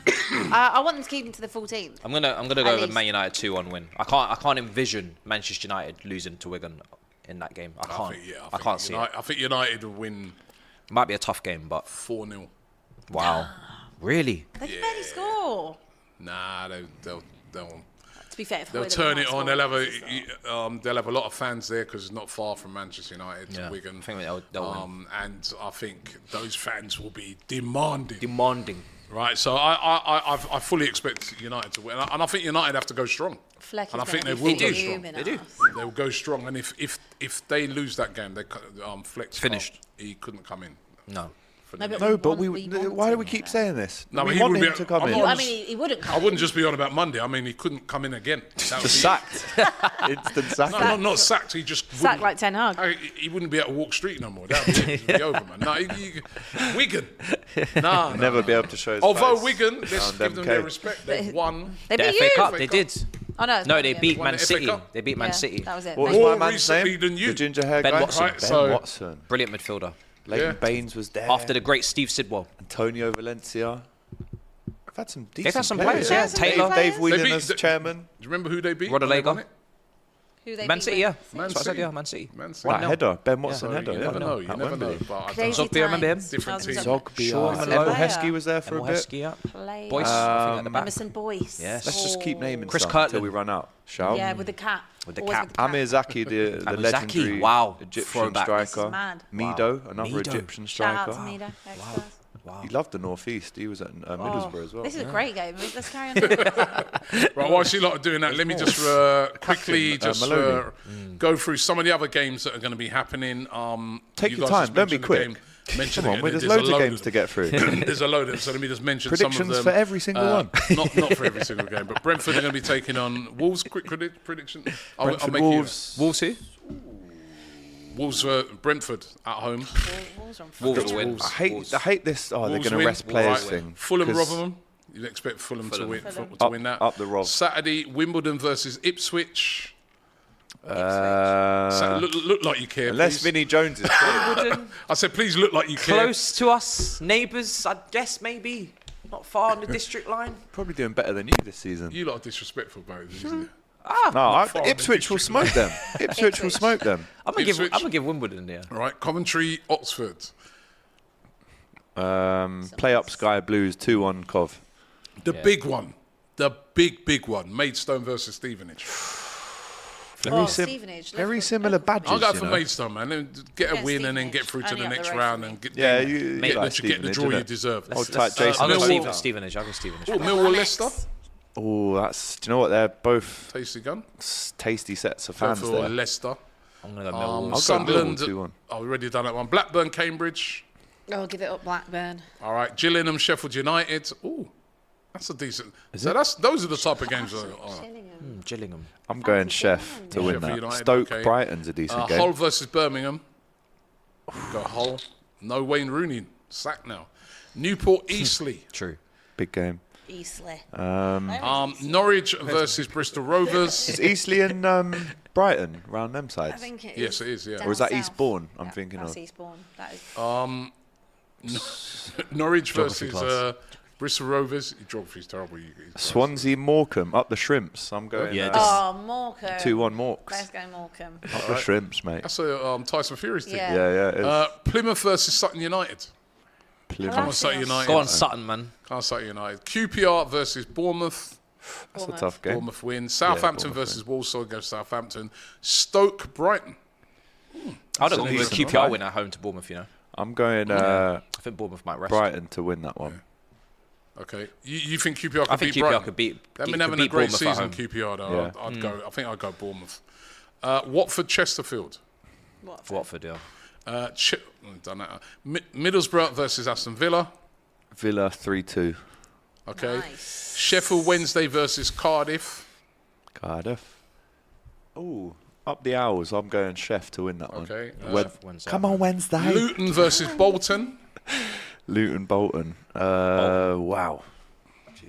I want them to keep him to the full team.
I'm gonna I'm gonna
At
go with
least.
Man United two one win. I can't I can't envision Manchester United losing to Wigan in that game. I
I
can't. I,
think, yeah, I
can't see
United, I think United will win
it. Might be a tough game, but
four 0
wow, really?
They can barely score.
Nah, they, they'll they'll
To be fair, if
they'll
Wigan
turn
can't
it
score,
on. They'll have a um, they'll have a lot of fans there because it's not far from Manchester United to
Yeah,
Wigan.
I think they'll- they'll win.
um, and I think those fans will be demanding.
Demanding.
Right, so I I, I, I've- I fully expect United to win, and I, and I think United have to go strong.
Fleck
and I
is
think they
gonna be
will go strong.
fuming They do. at
They will go strong, and if if if they lose that game, they cu- um Fleck
Finished.
can't- He couldn't come in.
No.
For the
No,
game.
but we
No, but
want-
we.
we
th-
want
Why do we
him
keep
there.
saying this?
No,
we
but he
want
would
him
be-
to come
I'm
in.
You, I mean, he, he wouldn't.
I wouldn't just be on about Monday. I mean, he couldn't come in again. That would be-
sacked. Instant sack.
No, not, not sacked. He just
Sacked
wouldn't-
like Ten Hag.
I, he wouldn't be able to walk street no more. That would be, it'd be over, man. No, he, he, Wigan. Nah, nah.
Never be able to show. His
Although
face
Wigan, let's
around
give them their
MK.
respect. They won.
They
The
beat
FA
you.
Cup, they did.
Oh, no, it's
No,
not
they
the
beat
FA
Man
Cup.
City.
Yeah,
They beat Man
Yeah,
City.
that was it.
What was
Thank
my
you.
man's
recently
name?
than you.
The ginger hair
Ben
guy.
Watson. Right,
ben
so-
Watson.
Brilliant midfielder.
Leighton
Yeah.
Baines was there.
After the great Steve Sidwell.
Antonio Valencia. I've had some decent.
They've had some players, yeah.
Dave-
Taylor.
Dave, Whelan
beat-
as
they-
chairman.
Do you remember who they beat?
Rodallega.
when they won it?
Who they
Man
beat
City,
with.
yeah.
Man
That's what I said,
City.
yeah, Man City.
Man City.
That header, Ben Watson
So
header.
you
yeah.
never know. You
At
never know.
Wembley.
But I don't
Crazy
know.
Zogby, I remember him.
Different team.
Zogby,
Shaw,
uh,
Malone.
Emil Heskey was there for a bit.
Heskey, yeah.
Player.
Boyce, I think at the back.
Emerson Boyce.
Yes.
Let's just keep naming
Chris
stuff until
Kirtland.
we run out. Shall
Yeah,
we?
with the cap.
With the
Always
cap.
Amir Zaki, the, the
Amir Zaki,
legendary
wow,
Egyptian
throwback. This
is
striker.
mad. Wow.
Mido, another
Mido.
Egyptian
Shout out
striker.
to Mida. ex-Spurs.
Wow.
He loved the northeast. He was at uh, Middlesbrough as well.
This is
Yeah.
a great game. Let's carry on.
Right, while she lot are doing that, let me just uh, quickly
Captain, uh,
just
Maloney.
uh,
Mm.
go through some of the other games that are going to be happening. Um,
Take
you
your
guys
time.
just
Don't be
mentioned the
quick.
game- mentioned
Come
the
on,
game.
well, there's
There's a
loads of
load
games to get through.
there's a load of them, so let me just mention some of
Predictions
them. Uh,
for every single one.
Not, not for every single game, but Brentford are going to be taking on Wolves. Quick credi- prediction. I'll,
Brentford
you-
Wolves.
Wolves who?
Wolves uh, Brentford at home.
Wolves are on fire.
Wolves will win.
I hate, I hate this. Oh, they're
Wolves
going to
win.
rest players
Right.
thing.
Fulham
'cause
Rotherham. You'd expect Fulham, to win to
Up-
win that.
up the Rov.
Saturday Wimbledon versus Ipswich.
Uh,
Sa- look, look like you care.
unless
please.
Vinnie Jones is playing.
I said, please look like you care.
Close to us, neighbours, I guess maybe. Not far on the district line.
probably doing better than you this season.
You lot are disrespectful about it, isn't it?
Ah,
no, I, Ipswich will smoke them. Ipswich will smoke them.
I'm gonna give I'm gonna give Wimbledon there.
All right, Coventry, Oxford.
Um, play up Sky Blues 2 1 Cov.
The big one. The big, big one. Maidstone versus Stevenage.
Very,
Oh,
Oh,
sim- very similar badges.
I'll go
you
for
know.
Maidstone, man. Then Get a win and then get through to
Only
the
up the
next
road
round
from
and get,
Yeah,
get,
you- you
get,
like
the, get the
Stevenage,
draw you
innit?
deserve.
Hold Let's- tight, let's- Jason.
I'll go
Millwall.
Steven- Stevenage. I'll go Stevenage.
Oh, Millwall Leicester.
Oh, that's. Do you know what? They're both
Tasty gun.
s- tasty sets of
Go
fans.
for
There.
Leicester. Um,
I'm
go Millwall. I'll go
Sunderland.
Millwall 2-1.
Oh, we've already done that one. Blackburn, Cambridge.
Oh, give it up, Blackburn.
All right. Gillingham, Sheffield United. Ooh, that's a decent. so that's those are the type of games. That, are.
Mm, Gillingham.
I'm going Chef to win
Sheffield
that.
United,
Stoke
okay.
Brighton's a decent
Uh,
game.
Hull versus Birmingham. Got Hull. No Wayne Rooney. Sacked now. Newport Eastleigh.
True.
Big game.
Eastleigh.
Um,
Um, Norwich versus Bristol Rovers.
is Eastleigh and um, Brighton round them sides?
I think it is.
Yes, it is, yeah.
Or is that
down south.
Eastbourne? I'm thinking
That's
of.
Eastbourne. That is.
Um, Nor- Norwich
Geography
versus
class.
uh, Bristol Rovers. Your Geography's terrible. You, you-
Swansea Morecambe up the shrimps. I'm going.
Yeah,
uh,
oh, Morecambe.
2-1 Morks.
Let's go Morecambe.
up the shrimps, mate.
That's a um, Tyson Fury's team.
Yeah.
Yeah, yeah, it is.
Uh, Plymouth versus Sutton United.
Plymouth.
Come on, Sutton United.
Go on, Sutton, man.
Come on, Sutton United. QPR versus Bournemouth.
That's a tough game.
Bournemouth win. Southampton
Bournemouth
versus Walsall goes Southampton. Stoke Brighton.
I
That's
don't
a
think
decent
QPR
one.
win at home to Bournemouth. You know.
I'm going uh,
I think Bournemouth might rest.
Brighton to win that one.
Okay, you, you think QPR could
I think
beat
QPR
Brighton?
could beat-
They've
could
been having
beat
a great
Bournemouth at
season. QPR
home.
though,
Yeah.
I'd, I'd go. I think I'd go Bournemouth. Uh, Watford, Chesterfield.
Watford. Watford, yeah.
Uh, Ch- done that. Mi- Middlesbrough versus Aston Villa.
Villa 3-2.
Okay. Sheffield Wednesday versus Cardiff.
Cardiff. Oh, up the hours. I'm going Chef to win that one.
Okay.
Wed-
Uh,
Wednesday.
Come on, Wednesday.
Luton versus Bolton.
Luton Bolton. Uh, Wow.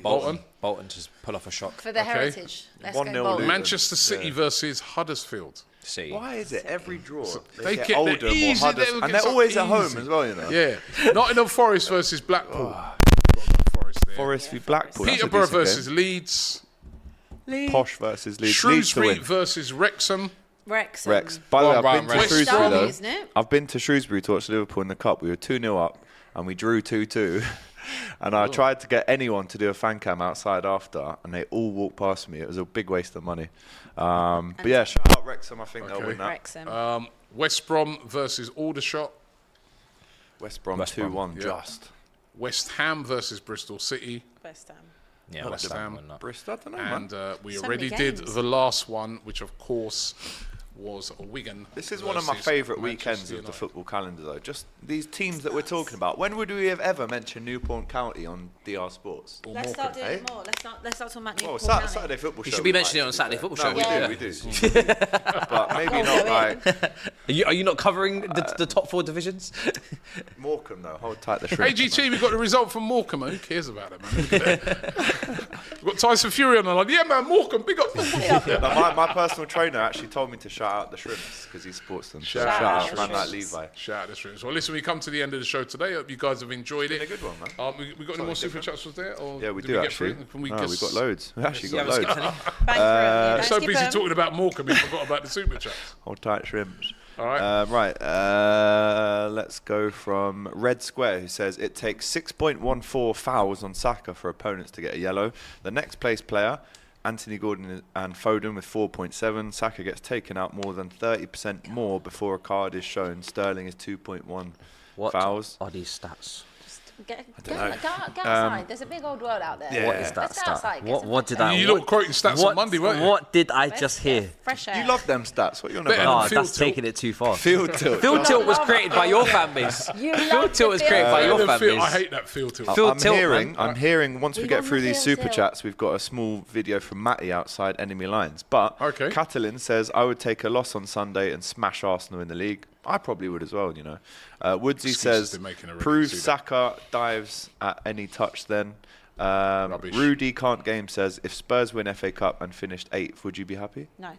Bolton. Bolton just pull off a shock.
For the
Okay.
heritage. Let's go
1-0
Bolton.
Luton.
Manchester City versus Huddersfield.
See.
Why is it every draw
They get- they're easy, they'll get
and they're
so
always at
easy.
home as well, you know?
Yeah. Nottingham Forest versus Blackpool. Forest there.
Ah. Forest v Blackpool. that's a
Peterborough
decent
versus Leeds.
game. Posh versus Leeds. Leeds to
Shrewsbury
win.
versus Wrexham.
Rex.
Rex. By the way,
Well,
I've been
right,
to
Rex.
Shrewsbury
Derby,
though.
isn't it?
I've been to Shrewsbury to watch Liverpool in the cup. We were two 0 up, and we drew two two. And I tried to get anyone to do a fan cam outside after, and they all walked past me. It was a big waste of money. Um, but yeah, shout out Wrexham. I think they'll win that.
Wrexham.
Um, West Brom versus Aldershot.
West Brom
West
two
Brom,
one
yeah.
just.
West Ham versus Bristol City.
West Ham.
Yeah, West
West
Ham
Ham.
win that.
Bristol, I don't know, man.
And uh, we
So many
already did
games.
the last one, which of course was Wigan.
This is one of my
versus
favourite
Manchester
weekends of the
United.
football calendar, though. Just these teams that we're talking about. When would we have ever mentioned Newport County on DR Sports?
Or
Let's
Morecambe.
start doing
eh?
it more. Let's start, let's start talking about
Well,
Newport
Saturday,
County.
Saturday football
You
show.
should be
we might
mentioning it on
do
Saturday
that.
football
no,
show,
We do, we do.
yeah.
but maybe not like Uh,
Are you, are you not covering the, the top four divisions?
Morecambe, though. Hold tight the shrimp.
AGT, we got the result from Morecambe. Who cares about it, man? We've got Tyson Fury on the line. Yeah, man, Morecambe, big up.
But my, my personal trainer actually told me to shout out the shrimps because he supports them. Shout,
out
out,
the
man like
shrimps.
Levi.
Shout out to the streams. Well, listen, we come to the end of the show today. Hope you guys have enjoyed
Been
it.
a good one, man.
Um, we, we got any more super chats was there? Or
Yeah, we
did
do
get
actually.
through? Can we
no,
just-
we've got loads. We actually got
haven't skipped
loads.
Bang for it.
I'm
Let's
Uh, so
skip
busy
them.
talking about Morecambe, we forgot about the super chats.
Hold tight, shrimps.
All right.
Uh, right. Uh, let's go from Red Square, who says it takes 6.14 fouls on Saka for opponents to get a yellow. The next place player, Anthony Gordon and Foden, with 4.7. Saka gets taken out more than 30% more before a card is shown. Sterling is 2.1
What
fouls.
are these stats?
Get, get,
don't know.
out- get, out- get outside. There's a big old world out there.
Yeah. What is
Let's
that
get
stat?
outside, get
What,
some
what
fresh
did I?
air.
You
what,
lot were quoting stats on
what-
Monday, weren't you?
What did I
Let's
just
get
hear?
Fresh air.
You love them stats. What are you on
Better
about?
Oh,
than field
that's
tilt.
taking it too far.
Field tilt.
Field tilt was created by your fan base.
You
Field
love
tilt
the
was created by
Better
your
than
fan
field- Uh, I
base.
hate that field tilt.
Phil
I'm
Tilt,
hearing,
man.
I'm hearing. Once we,
We
get
want
through
the
these
Phil
super
Tilt.
chats, we've got a small video from Matty outside enemy lines. But
Okay.
Catalin says I would take a loss on Sunday and smash Arsenal in the league. I probably would as well, you know. Uh, Woodsy
Excuses they're making
says
already,
prove
see that."
Saka dives at any touch. Then um,
Rubbish.
Rudy can't game says if Spurs win FA Cup and finished eighth, would you be happy?
No.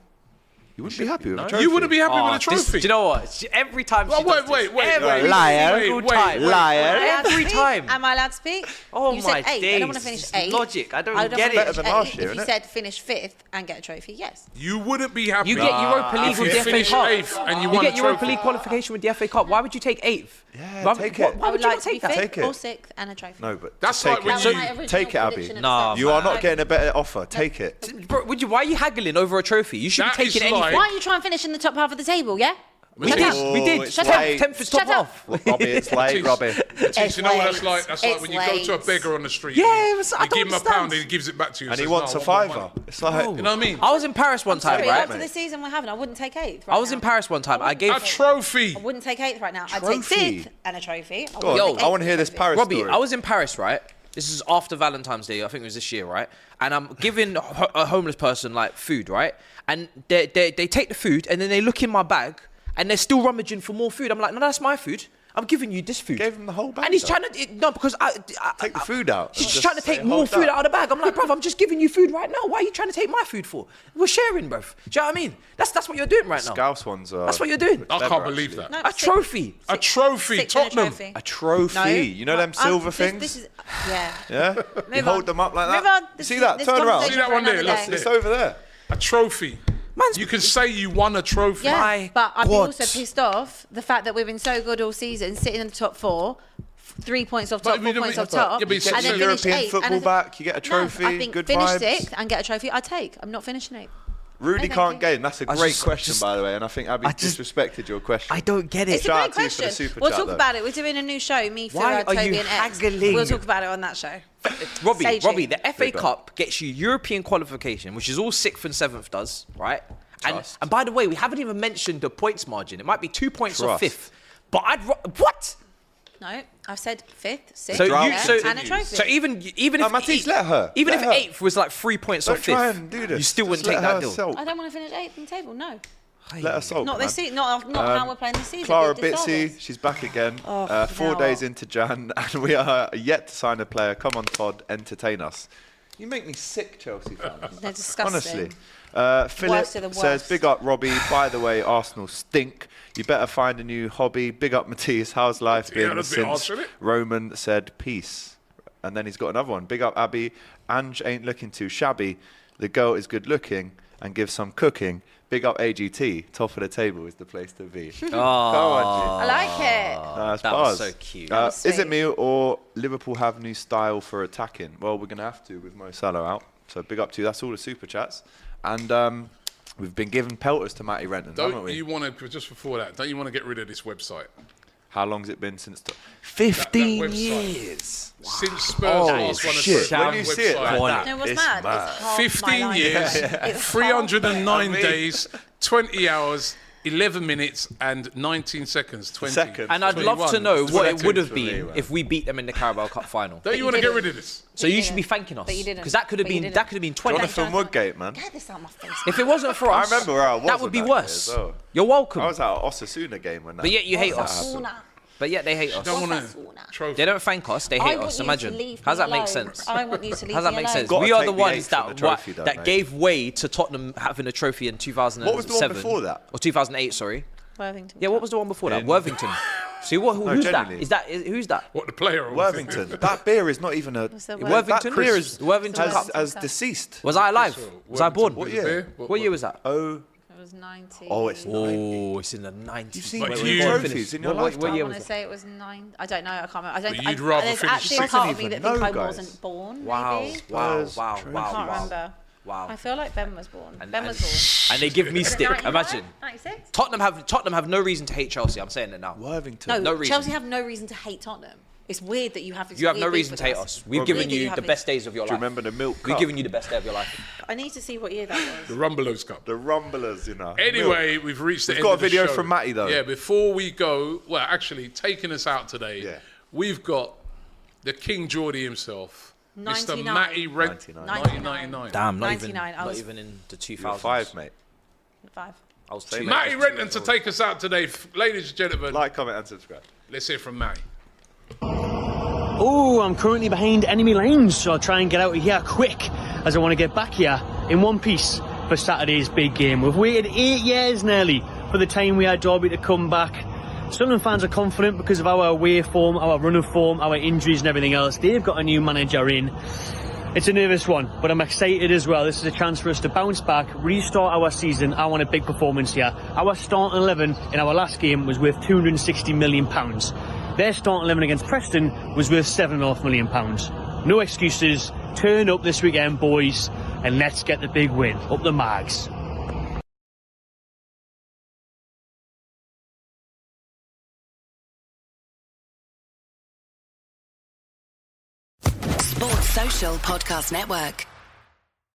You wouldn't be happy with a
No.
trophy.
You wouldn't be happy with a
Ah, this-
trophy.
do you know what? She- Oh, Every time she
Well, wait,
does
wait,
this,
wait,
every
wait,
liar,
wait, wait,
time,
wait, Liar.
Am I allowed to
every
speak?
time.
Am I allowed to speak?
Oh
you
my
said eight. I don't
days,
want to finish
this is
eight.
logic. I don't
I don't
get
wanna
it.
finish
Better than last
eight.
year,
if you
innit?
said finish fifth and get a trophy, yes.
You wouldn't be happy.
You get Europa League
if
with
you
the FA
finish
Cup.
eighth and you,
you
won
get
a
Europa
trophy.
League qualification with the FA Cup. Why would you take eighth? Yeah, why,
take
why,
it.
Why
I
would
would
you
like
not
to be
take that?
fifth
Take it.
or sixth and a trophy.
No, but
That's
take
like when
it.
you- That was my
original
take it, Abby.
prediction of
Nah,
you are
man.
not getting a better offer. Take it.
Bro, would you? Why are you haggling over a trophy? You should
That
be
is
taking anything.
like-
Why don't you try and finish in the top half of the table, yeah?
We did. We
Oh,
did.
it's
Shut
late.
up. Tenth is top
Shut up.
half.
Robbie, it's late,
Jeez.
Robbie.
Jeez, you know what that's
It's
like? That's like
late.
when you go
It's
to a
late.
beggar on the street.
Yeah,
and
it's-
you
I don't
give him a
understand.
pound and he gives it back to you.
And he
says,
wants
"No,
a
I want my
fiver.
money."
It's like,
You know what I mean?
I was in Paris one time,
Sorry,
right?
after the season we're having, I wouldn't take eighth. Right
I was
now.
in Paris one time. I gave
a trophy.
I wouldn't take eighth right now. I'd take
Trophy.
sixth and a trophy. I
Go on,
wouldn't
Yo,
take
I want
eighth
to
and
hear
a
this
trophy.
Paris
Robbie,
story.
I was in Paris, right? This is after Valentine's Day. I think it was this year, right? And I'm giving ho- a homeless person like food, right? And they, they they take the food and then they look in my bag and they're still rummaging for more food. I'm like, no, that's my food. I'm giving you this food.
Gave him the whole bag,
And he's
though.
trying to it- no because I, I
Take the
I-
food out.
He's
Just
trying to
say,
take more
"Hold
food
up."
out of the bag. I'm like, bruv, I'm just giving you food right now. Why are you trying to take my food for? We're sharing, bruv. Do you know what I mean? That's that's what you're doing right now.
Scouse ones are.
That's what you're doing.
I can't
Clever,
believe
actually.
that.
No,
A
sixth.
trophy.
A trophy,
Sixth and a
Trophy.
trophy.
A trophy.
No.
you know them
Uh,
silver
this-
things?
This is, yeah.
yeah? you
Move
hold
on.
them up like
Move
that.
on.
You
This
See
is-
that?
this
Turn around.
conversation
See that
for
one there?
another
That's
day.
It's over there.
A trophy.
Man's-
you can say you won a trophy.
Yeah,
My
but I'd be
God.
also pissed off the fact that we've been so good all season, sitting in the top four, f- three points off
But
top,
we
four
don't-
points
yeah,
off
but-
top,
yeah, but you
and
said
then
you
get
finish
European
eighth.
football
and I think-
back, you get a
No,
trophy,
I think
good
finish
vibes.
sixth and get a trophy. I take. I'm not finishing eighth.
Rudy
No,
can't
thank you.
game. That's a
I
great
just-
question,
just-
by the way, and I think Abby
I just-
disrespected your question.
I don't get it.
It's a
Shout
great
out to you for the
question.
super
We'll
chat,
talk
though.
about it. We're doing a new show, me, Phil,
Why
Ed,
are
Toby,
you
and X.
haggling?
We'll talk about it on that show.
Robbie,
Staging.
Robbie, the FA
Big up.
Cup gets you European qualification, which is all sixth and seventh does, right? And,
Trust.
and by the way, we haven't even mentioned the points margin. It might be two points or
Trust.
fifth. But I'd ro- what?
No, I've said fifth, sixth,
So
draft
you
yeah,
so,
and a trophy.
so even even
No,
if
Matisse,
eight-
let her.
even
Let
if
her.
eighth was like three points or
Don't
fifth,
try and do this.
you still
Just
wouldn't
let
take that
her
deal.
sulk.
I don't want to finish eighth in the table. No,
Let us sulk,
not this
man.
season. Not, not how we're playing this season.
Clara
We've decided.
Bitsy, she's back again.
Oh,
uh, four
now
days
what?
into Jan, and we are yet to sign a player. Come on, Todd, entertain us. You make me sick, Chelsea fans.
They're disgusting.
Honestly. Uh, Philip
Worst of the
says,
worst.
Big up, Robbie. By the way, Arsenal stink. You better find a new hobby. Big up, Matisse. How's life
Yeah,
been
that's a bit harsh,
since
isn't it?
Roman said peace? And then he's got another one. Big up, Abby. Ange ain't looking too shabby. The girl is good looking and gives some cooking. Big up, AGT. Top of the table is the place to be. Go on, G.
I like it.
Nah, it's
That was
bars.
so cute.
Uh,
was
is it
sweet.
me or Liverpool have new style for attacking? Well, we're going to have to with Mo Salah out. So big up to you. That's all the super chats. And um, we've been giving pelters to Matty Renton, haven't
Don't
we?
you want to, just before that, don't you want to get rid of this website?
How long's it been since? t-
That
15
website.
years.
Since Spurs
Oh,
last won a
shit.
trophy,
When you see it like
website-
that,
No, what's
it's
mad?
mad.
It's half my
15
life.
years,
It's half
309
I mean-
days, 20 hours, 11 minutes, and 19 seconds. 20.
Seconds.
And I'd love to
21,
know what it
22.
would have
for me,
been
man.
if we beat them in the Carabao Cup final.
Don't you want to get
didn't.
rid of this?
So
But
you
you
should be
didn't.
thanking us
But you didn't.
because that could have
But you
been that
didn't.
could have been twenty.
Jonathan Woodgate, man.
Get this out of my face.
If it wasn't for
I
us,
remember where I was.
that
on
would be
day
worse.
as well.
You're welcome.
I was at an Osasuna game when that.
but yet you hate us.
Sauna.
But yet they hate us.
Don't want
Osasuna.
to trophy.
They don't thank us. They
I
hate
want
us.
you to
Imagine.
leave me
How does that make
alone.
sense?
I want you to leave
How does that
me
make
alone.
sense?
Gotta
We are
take
the
the
ones
eighth
that
from the trophy,
wa-
though,
that
mate.
gave way to Tottenham having a trophy in 2007.
What was the one before that?
Or 2008, sorry.
Worthington.
Yeah, what was the one before that?
In-
Worthington. See what? Who, who's that?
generally.
Is that is, who's that?
What the player or
Worthington. that beer is not even a.
the
that
Worthington?
beer is
Worthington
as,
Cup.
as deceased.
Was I alive? Was I born?
What
What
year?
year?
year was that?
Oh,
It was 90.
oh, it's
Oh, it's in the 90s.
You've seen
Wait, wait,
two
wait, go on,
trophies
finish.
in your
What- what-
lifetime.
What
I
year
want
was
to
that?
say it was nine. I don't know. I can't remember. I don't.
But
I-
you'd rather
there's
finish
actually a
sixth.
part
I
of me
didn't
that
even
think I
know, guys.
wasn't born.
Wow,
Maybe.
wow,
Spurs
wow,
trophy.
I can't
wow, wow.
remember.
Wow.
I feel like Ben was born.
And-
ben
and-
was
And they give me
born.
stick.
95?
Imagine.
96?
Tottenham have Tottenham have no reason to hate Chelsea. I'm saying it now.
No,
Worthington.
No reason.
Chelsea have no reason to hate Tottenham. It's weird that you have. this
You have
weird
no
beef
reason
with
to hate us. We've
Weird
given
that
you
have
the
this-
best days of your life.
Do you remember the milk
We've
cup?
given you the best day of your life.
I need to see what year that
The
was.
Rumbelows Cup.
The rumblers, you know.
Anyway, we've reached the
We've
end
got
of
a
the
video
show.
from Matty, though.
Yeah, before we go, well, actually, taking us out today,
Yeah.
we've got the King Geordie himself, Mr.
99.
Matty Red.
99.
1999.
Damn, not even
99, I
not
was-
even in the
You're
2000s.
five, mate.
Five.
I was two.
Matty Renton to take us out today. F- Ladies and gentlemen,
Like, comment, and subscribe.
let's hear from Matty.
Oh, I'm currently behind enemy lines, so I'll try and get out of here quick as I want to get back here in one piece for Saturday's big game. We've waited eight years nearly for the time we had Derby to come back. Sunderland fans are confident because of our away form, our run of form, our injuries and everything else. They've got a new manager in. It's a nervous one, but I'm excited as well. This is a chance for us to bounce back, restart our season. I want a big performance here. Our starting 11 in our last game was worth £260 million. Their starting 11 against Preston was worth £7.5 million. No excuses. Turn up this weekend, boys, and let's get the big win. Up the mags.
Sports Social Podcast Network.